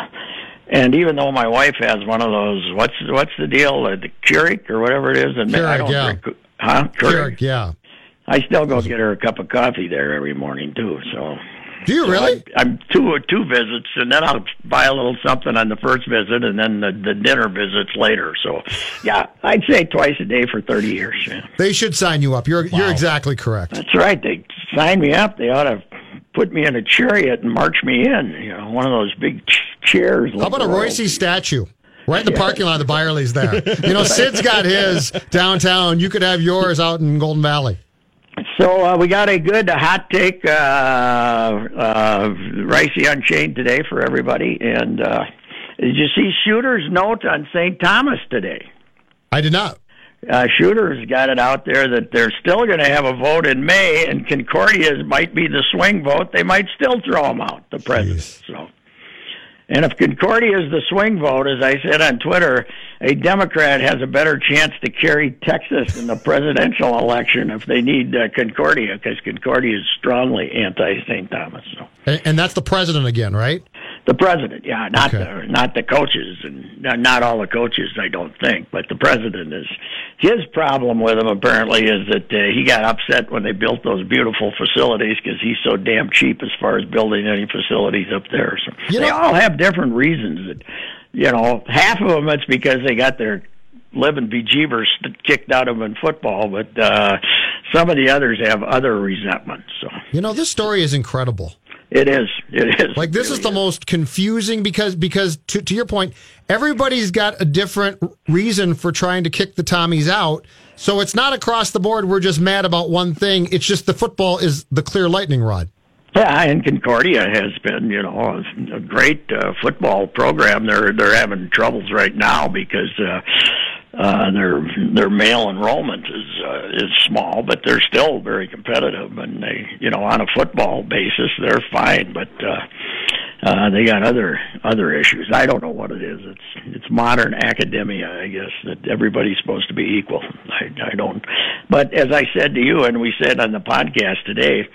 Speaker 8: and even though my wife has one of those, what's what's the deal? Uh, the Keurig or whatever it is, and I
Speaker 5: Keurig,
Speaker 8: don't
Speaker 5: yeah.
Speaker 8: drink, huh? Keurig.
Speaker 5: Sure, yeah.
Speaker 8: I still go get her a cup of coffee there every morning too. So
Speaker 5: Do you really?
Speaker 8: I'm two two visits, and then I'll buy a little something on the first visit, and then the, the dinner visits later. So, yeah, I'd say twice a day for thirty years. Yeah.
Speaker 5: They should sign you up. You're you're exactly correct.
Speaker 8: That's right. They signed me up. They ought to put me in a chariot and march me in. You know, one of those big ch- chairs.
Speaker 5: How about a Royce statue? Right in the parking lot of the Byerly's there. You know, Sid's got his downtown. You could have yours out in Golden Valley.
Speaker 8: So uh, we got a good hot take, uh, uh, Ricey Unchained today for everybody. And uh, did you see Shooter's note on St. Thomas today?
Speaker 5: I did not.
Speaker 8: Uh, Shooter's got it out there that they're still going to have a vote in May, and Concordia's might be the swing vote. They might still throw him out, the president. So. And if Concordia is the swing vote, as I said on Twitter, a Democrat has a better chance to carry Texas in the presidential election if they need uh, Concordia, because Concordia is strongly anti St. Thomas. So
Speaker 5: And, and that's the president again, right?
Speaker 8: the president, yeah, not
Speaker 5: Okay.
Speaker 8: the not the coaches, and not- not all the coaches, I don't think, but the president is. His problem with him apparently is that uh, he got upset when they built those beautiful facilities because he's so damn cheap as far as building any facilities up there. So
Speaker 5: You
Speaker 8: they
Speaker 5: know-
Speaker 8: all have different reasons. That you know, half of them it's because they got their living bejeebers kicked out of them in football, but uh, some of the others have other resentments. So
Speaker 5: You know, this story is incredible.
Speaker 8: it is, it is
Speaker 5: Like this
Speaker 8: It
Speaker 5: is
Speaker 8: really
Speaker 5: the most confusing because because to, to your point, everybody's got a different reason for trying to kick the Tommies out. So it's not across the board. We're just mad about one thing. It's just the football is the clear lightning rod.
Speaker 8: Yeah, and Concordia has been, you know, a, a great uh, football program. They're they're having troubles right now because uh, uh, their their male enrollment is uh, is small, but they're still very competitive. And they, you know, on a football basis, they're fine, but uh, uh, they got other other issues. I don't know what it is. It's it's modern academia, I guess, that everybody's supposed to be equal. I, I don't. But as I said to you, and we said on the podcast today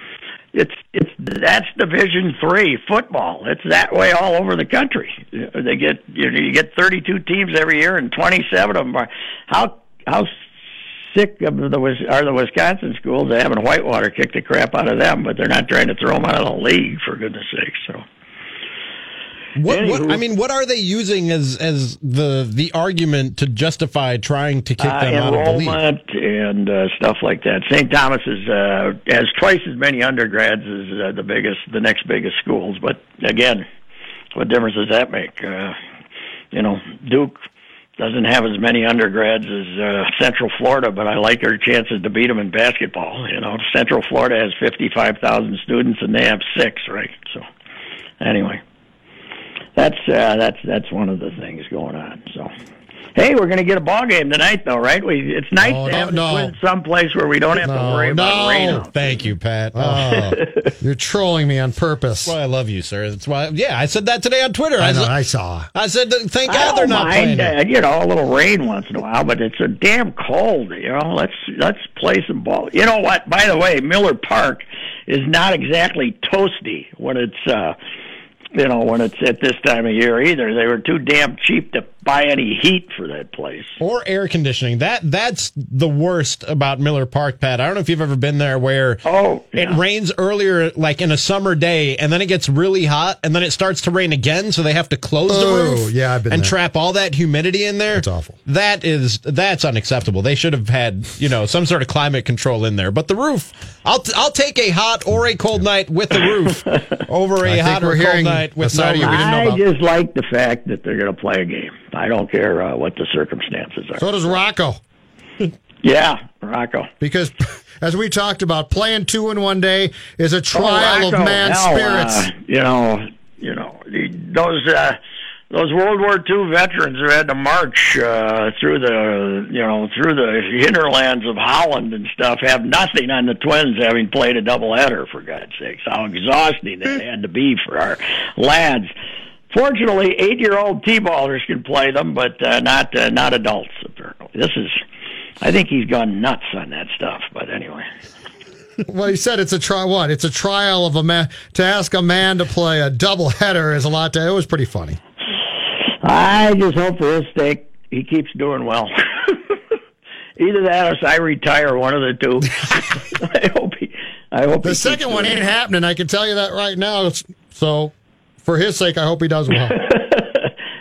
Speaker 8: it's it's that's division three football it's that way all over the country they get you know you get 32 teams every year and 27 of them are how how sick of the Wis- are the wisconsin schools they having whitewater kick the crap out of them but they're not trying to throw them out of the league for goodness sake so
Speaker 4: What, what
Speaker 8: Anywho.
Speaker 4: I mean, what are they using as as the the argument to justify trying to kick
Speaker 8: uh,
Speaker 4: them out of the league?
Speaker 8: enrollment and uh, stuff like that. St. Thomas is uh, has twice as many undergrads as uh, the biggest, the next biggest schools. But again, what difference does that make? Uh, you know, Duke doesn't have as many undergrads as uh, Central Florida, but I like their chances to beat them in basketball. You know, Central Florida has fifty-five thousand students, and they have six, right? So, anyway. That's uh, that's that's one of the things going on. So, hey, we're going to get a ball game tonight, though, right? We it's nice
Speaker 5: Oh,
Speaker 8: to
Speaker 5: no,
Speaker 8: have
Speaker 5: no.
Speaker 8: no. someplace where we don't have
Speaker 5: No,
Speaker 8: to worry
Speaker 5: Oh, no.
Speaker 8: about rain. out.
Speaker 4: Thank you, Pat. Oh, that's
Speaker 5: You're trolling me on purpose.
Speaker 4: why I love you, sir. That's why. Yeah, I said that today on Twitter.
Speaker 5: I
Speaker 4: I,
Speaker 5: know.
Speaker 4: said-
Speaker 5: I saw.
Speaker 4: I said, that- thank
Speaker 8: I
Speaker 4: God they're
Speaker 8: don't
Speaker 4: not playing.
Speaker 8: mind,
Speaker 4: it.
Speaker 8: uh, you know, a little rain once in a while, but it's a damn cold. You know, let's let's play some ball. You know what? By the way, Miller Park is not exactly toasty when it's uh, you know when it's at this time of year either. They were too damn cheap to buy any heat for that place.
Speaker 4: or air conditioning. That that's the worst about Miller Park, Pat. I don't know if you've ever been there where
Speaker 8: Oh,
Speaker 4: it
Speaker 8: yeah.
Speaker 4: rains earlier, like in a summer day, and then it gets really hot, and then it starts to rain again, so they have to close
Speaker 5: Oh,
Speaker 4: the roof,
Speaker 5: yeah, I've been
Speaker 4: and
Speaker 5: there.
Speaker 4: trap all that humidity in there.
Speaker 5: That's awful.
Speaker 4: That is that's unacceptable. They should have had you know some sort of climate control in there. But the roof, I'll t- I'll take a hot or a cold night with the roof over
Speaker 5: I
Speaker 4: a
Speaker 5: think
Speaker 4: hot
Speaker 5: we're
Speaker 4: or cold
Speaker 5: hearing
Speaker 4: night
Speaker 5: a
Speaker 4: with no
Speaker 5: side of you we
Speaker 4: roof.
Speaker 5: didn't know
Speaker 8: I
Speaker 5: about.
Speaker 8: just like the fact that they're going to play a game. I don't care uh, what the circumstances are.
Speaker 5: So does Rocco.
Speaker 8: yeah, Morocco.
Speaker 5: Because as we talked about, playing two in one day is
Speaker 8: Oh,
Speaker 5: a trial
Speaker 8: Morocco,
Speaker 5: of man's
Speaker 8: hell,
Speaker 5: spirits.
Speaker 8: uh, you know, you know the, those uh, those World War II veterans who had to march uh, through the you know through the hinterlands of Holland and stuff have nothing on the Twins having played a doubleheader for God's sakes. How exhausting that had to be for our lads. Fortunately, eight-year-old T-ballers can play them, but uh, not uh, not adults. Apparently, this is. I think he's gone nuts on that stuff. But anyway.
Speaker 5: Well, he said it's a try. What? It's a trial of a man to ask a man to play a double header is a lot. To, it was pretty funny.
Speaker 8: I just hope for his sake he keeps doing well. Either that, or I retire. One of the two. I hope he. I hope
Speaker 5: The
Speaker 8: he keeps
Speaker 5: second one
Speaker 8: doing
Speaker 5: ain't
Speaker 8: well.
Speaker 5: happening. I can tell you that right now. It's- So, for his sake, I hope he does well.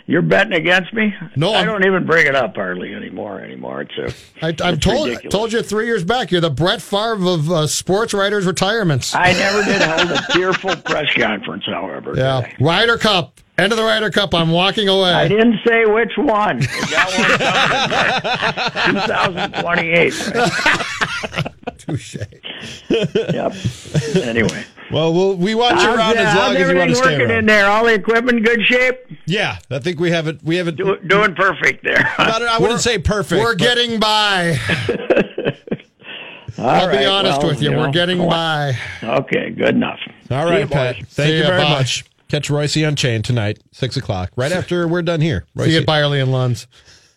Speaker 8: You're betting against me.
Speaker 5: No,
Speaker 8: I
Speaker 5: I'm-
Speaker 8: don't even bring it up hardly anymore. Anymore, it's a.
Speaker 5: I, I've told
Speaker 8: ridiculous.
Speaker 5: told you three years back. You're the Brett Favre of uh, sports writers' retirements.
Speaker 8: I never did hold a tearful press conference. However,
Speaker 5: yeah,
Speaker 8: today.
Speaker 5: Ryder Cup. End of the Ryder Cup. I'm walking
Speaker 8: I
Speaker 5: away.
Speaker 8: didn't say which one. We got one coming, right? 2028. right?
Speaker 5: Touche.
Speaker 8: Yep. Anyway,
Speaker 4: Well, we'll we watch you around as
Speaker 8: How's- how's
Speaker 4: long as you want
Speaker 8: everything
Speaker 4: to stay
Speaker 8: working in
Speaker 4: around.
Speaker 8: there? All the equipment in good shape.
Speaker 4: Yeah, I think we have it. We have it.
Speaker 8: Do- Doing perfect there.
Speaker 4: I, don't- I wouldn't say perfect.
Speaker 5: We're
Speaker 4: but-
Speaker 5: getting by. I'll be
Speaker 8: right,
Speaker 5: honest
Speaker 8: well,
Speaker 5: with you.
Speaker 8: you
Speaker 5: We're
Speaker 8: know,
Speaker 5: getting
Speaker 8: go
Speaker 5: by.
Speaker 8: Okay, good enough.
Speaker 4: All
Speaker 8: See
Speaker 4: right,
Speaker 8: you, boys.
Speaker 4: Pat. Thank
Speaker 5: See
Speaker 4: you
Speaker 5: ya,
Speaker 4: very
Speaker 5: bye.
Speaker 4: much. Catch Royce Unchained tonight, 6 o'clock, right after we're done here. Royce.
Speaker 5: See you at Byerly and Lunds.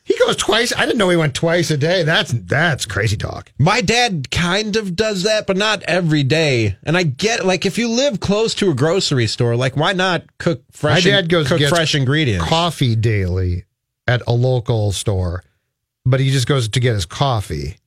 Speaker 5: He goes twice. I didn't know he went twice a day. That's that's crazy talk.
Speaker 4: My dad kind of does that, but not every day. And I get like if you live close to a grocery store, like why not cook fresh?
Speaker 5: My dad goes
Speaker 4: cook
Speaker 5: gets
Speaker 4: fresh ingredients.
Speaker 5: Coffee daily at a local store, but he just goes to get his coffee.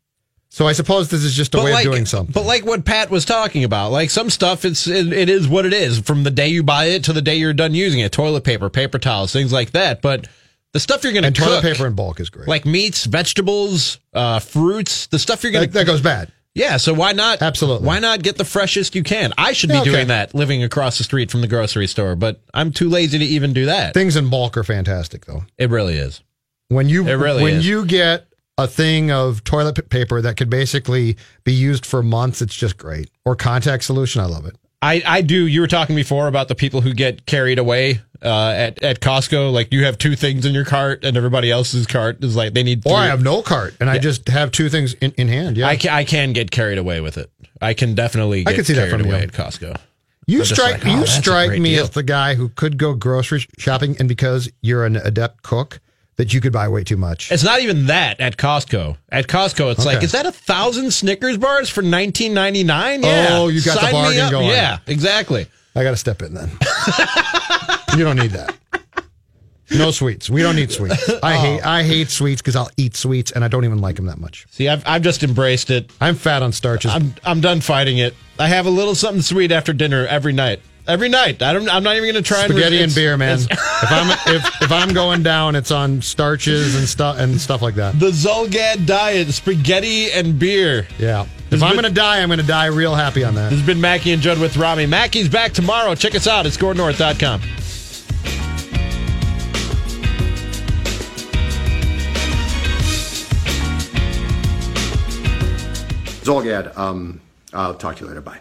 Speaker 5: So I suppose this is just a way
Speaker 4: like,
Speaker 5: of doing something.
Speaker 4: but like what Pat was talking about, like some stuff, it's it, it is what it is from the day you buy it to the day you're done using it. Toilet paper, paper towels, things like that. But the stuff you're going to
Speaker 5: and
Speaker 4: cook,
Speaker 5: toilet paper in bulk is great.
Speaker 4: like meats, vegetables, uh, fruits, the stuff you're going
Speaker 5: that,
Speaker 4: to
Speaker 5: that goes bad.
Speaker 4: Yeah, so why not?
Speaker 5: Absolutely.
Speaker 4: Why not get the freshest you can? I should be
Speaker 5: Okay.
Speaker 4: doing that living across the street from the grocery store, but I'm too lazy to even do that.
Speaker 5: Things in bulk are fantastic though.
Speaker 4: It really is.
Speaker 5: When you
Speaker 4: It really
Speaker 5: when
Speaker 4: is.
Speaker 5: you get a thing of toilet p- paper that could basically be used for months, it's just great. Or contact solution, I love it.
Speaker 4: I, I do. You were talking before about the people who get carried away uh, at, at Costco. Like you have two things in your cart and everybody else's cart is like they need
Speaker 5: Or Oh, I
Speaker 4: three.
Speaker 5: have no cart and I just have two things in, in hand. Yeah.
Speaker 4: I can, I can get carried away with it. I can definitely
Speaker 5: I
Speaker 4: get
Speaker 5: can see that
Speaker 4: carried
Speaker 5: from
Speaker 4: away
Speaker 5: you.
Speaker 4: at Costco.
Speaker 5: You
Speaker 4: I'm just like,
Speaker 5: strike
Speaker 4: "Oh,
Speaker 5: you
Speaker 4: that's a
Speaker 5: strike
Speaker 4: great
Speaker 5: me
Speaker 4: deal."
Speaker 5: as the guy who could go grocery sh- shopping, and because you're an adept cook, that you could buy way too much.
Speaker 4: It's not even that at Costco. At Costco, it's like,
Speaker 5: Okay.
Speaker 4: is that a thousand Snickers bars for nineteen ninety nine? Yeah.
Speaker 5: Oh, you got the
Speaker 4: Sign me
Speaker 5: bargain
Speaker 4: up.
Speaker 5: going.
Speaker 4: Yeah, exactly.
Speaker 5: I got to step in then. you don't need that. No sweets. We don't need sweets. I hate I hate sweets because I'll eat sweets and I don't even like them that much.
Speaker 4: See, I've I've just embraced it.
Speaker 5: I'm fat on starches.
Speaker 4: I'm I'm done fighting it. I have a little something sweet after dinner every night. Every night. I don't. I'm not even going to try and
Speaker 5: Spaghetti
Speaker 4: re-
Speaker 5: and
Speaker 4: it's-
Speaker 5: beer, man. if I'm if, if I'm going down, it's on starches and stuff and stuff like that.
Speaker 4: The Zolgad diet: spaghetti and beer.
Speaker 5: Yeah. If I'm gonna die, I'm gonna die real happy on that.
Speaker 4: This has been Mackie and Judd with Rami. Mackie's back tomorrow. Check us out at scorenorth.com.
Speaker 9: Zolgad, um, I'll talk to you later. Bye.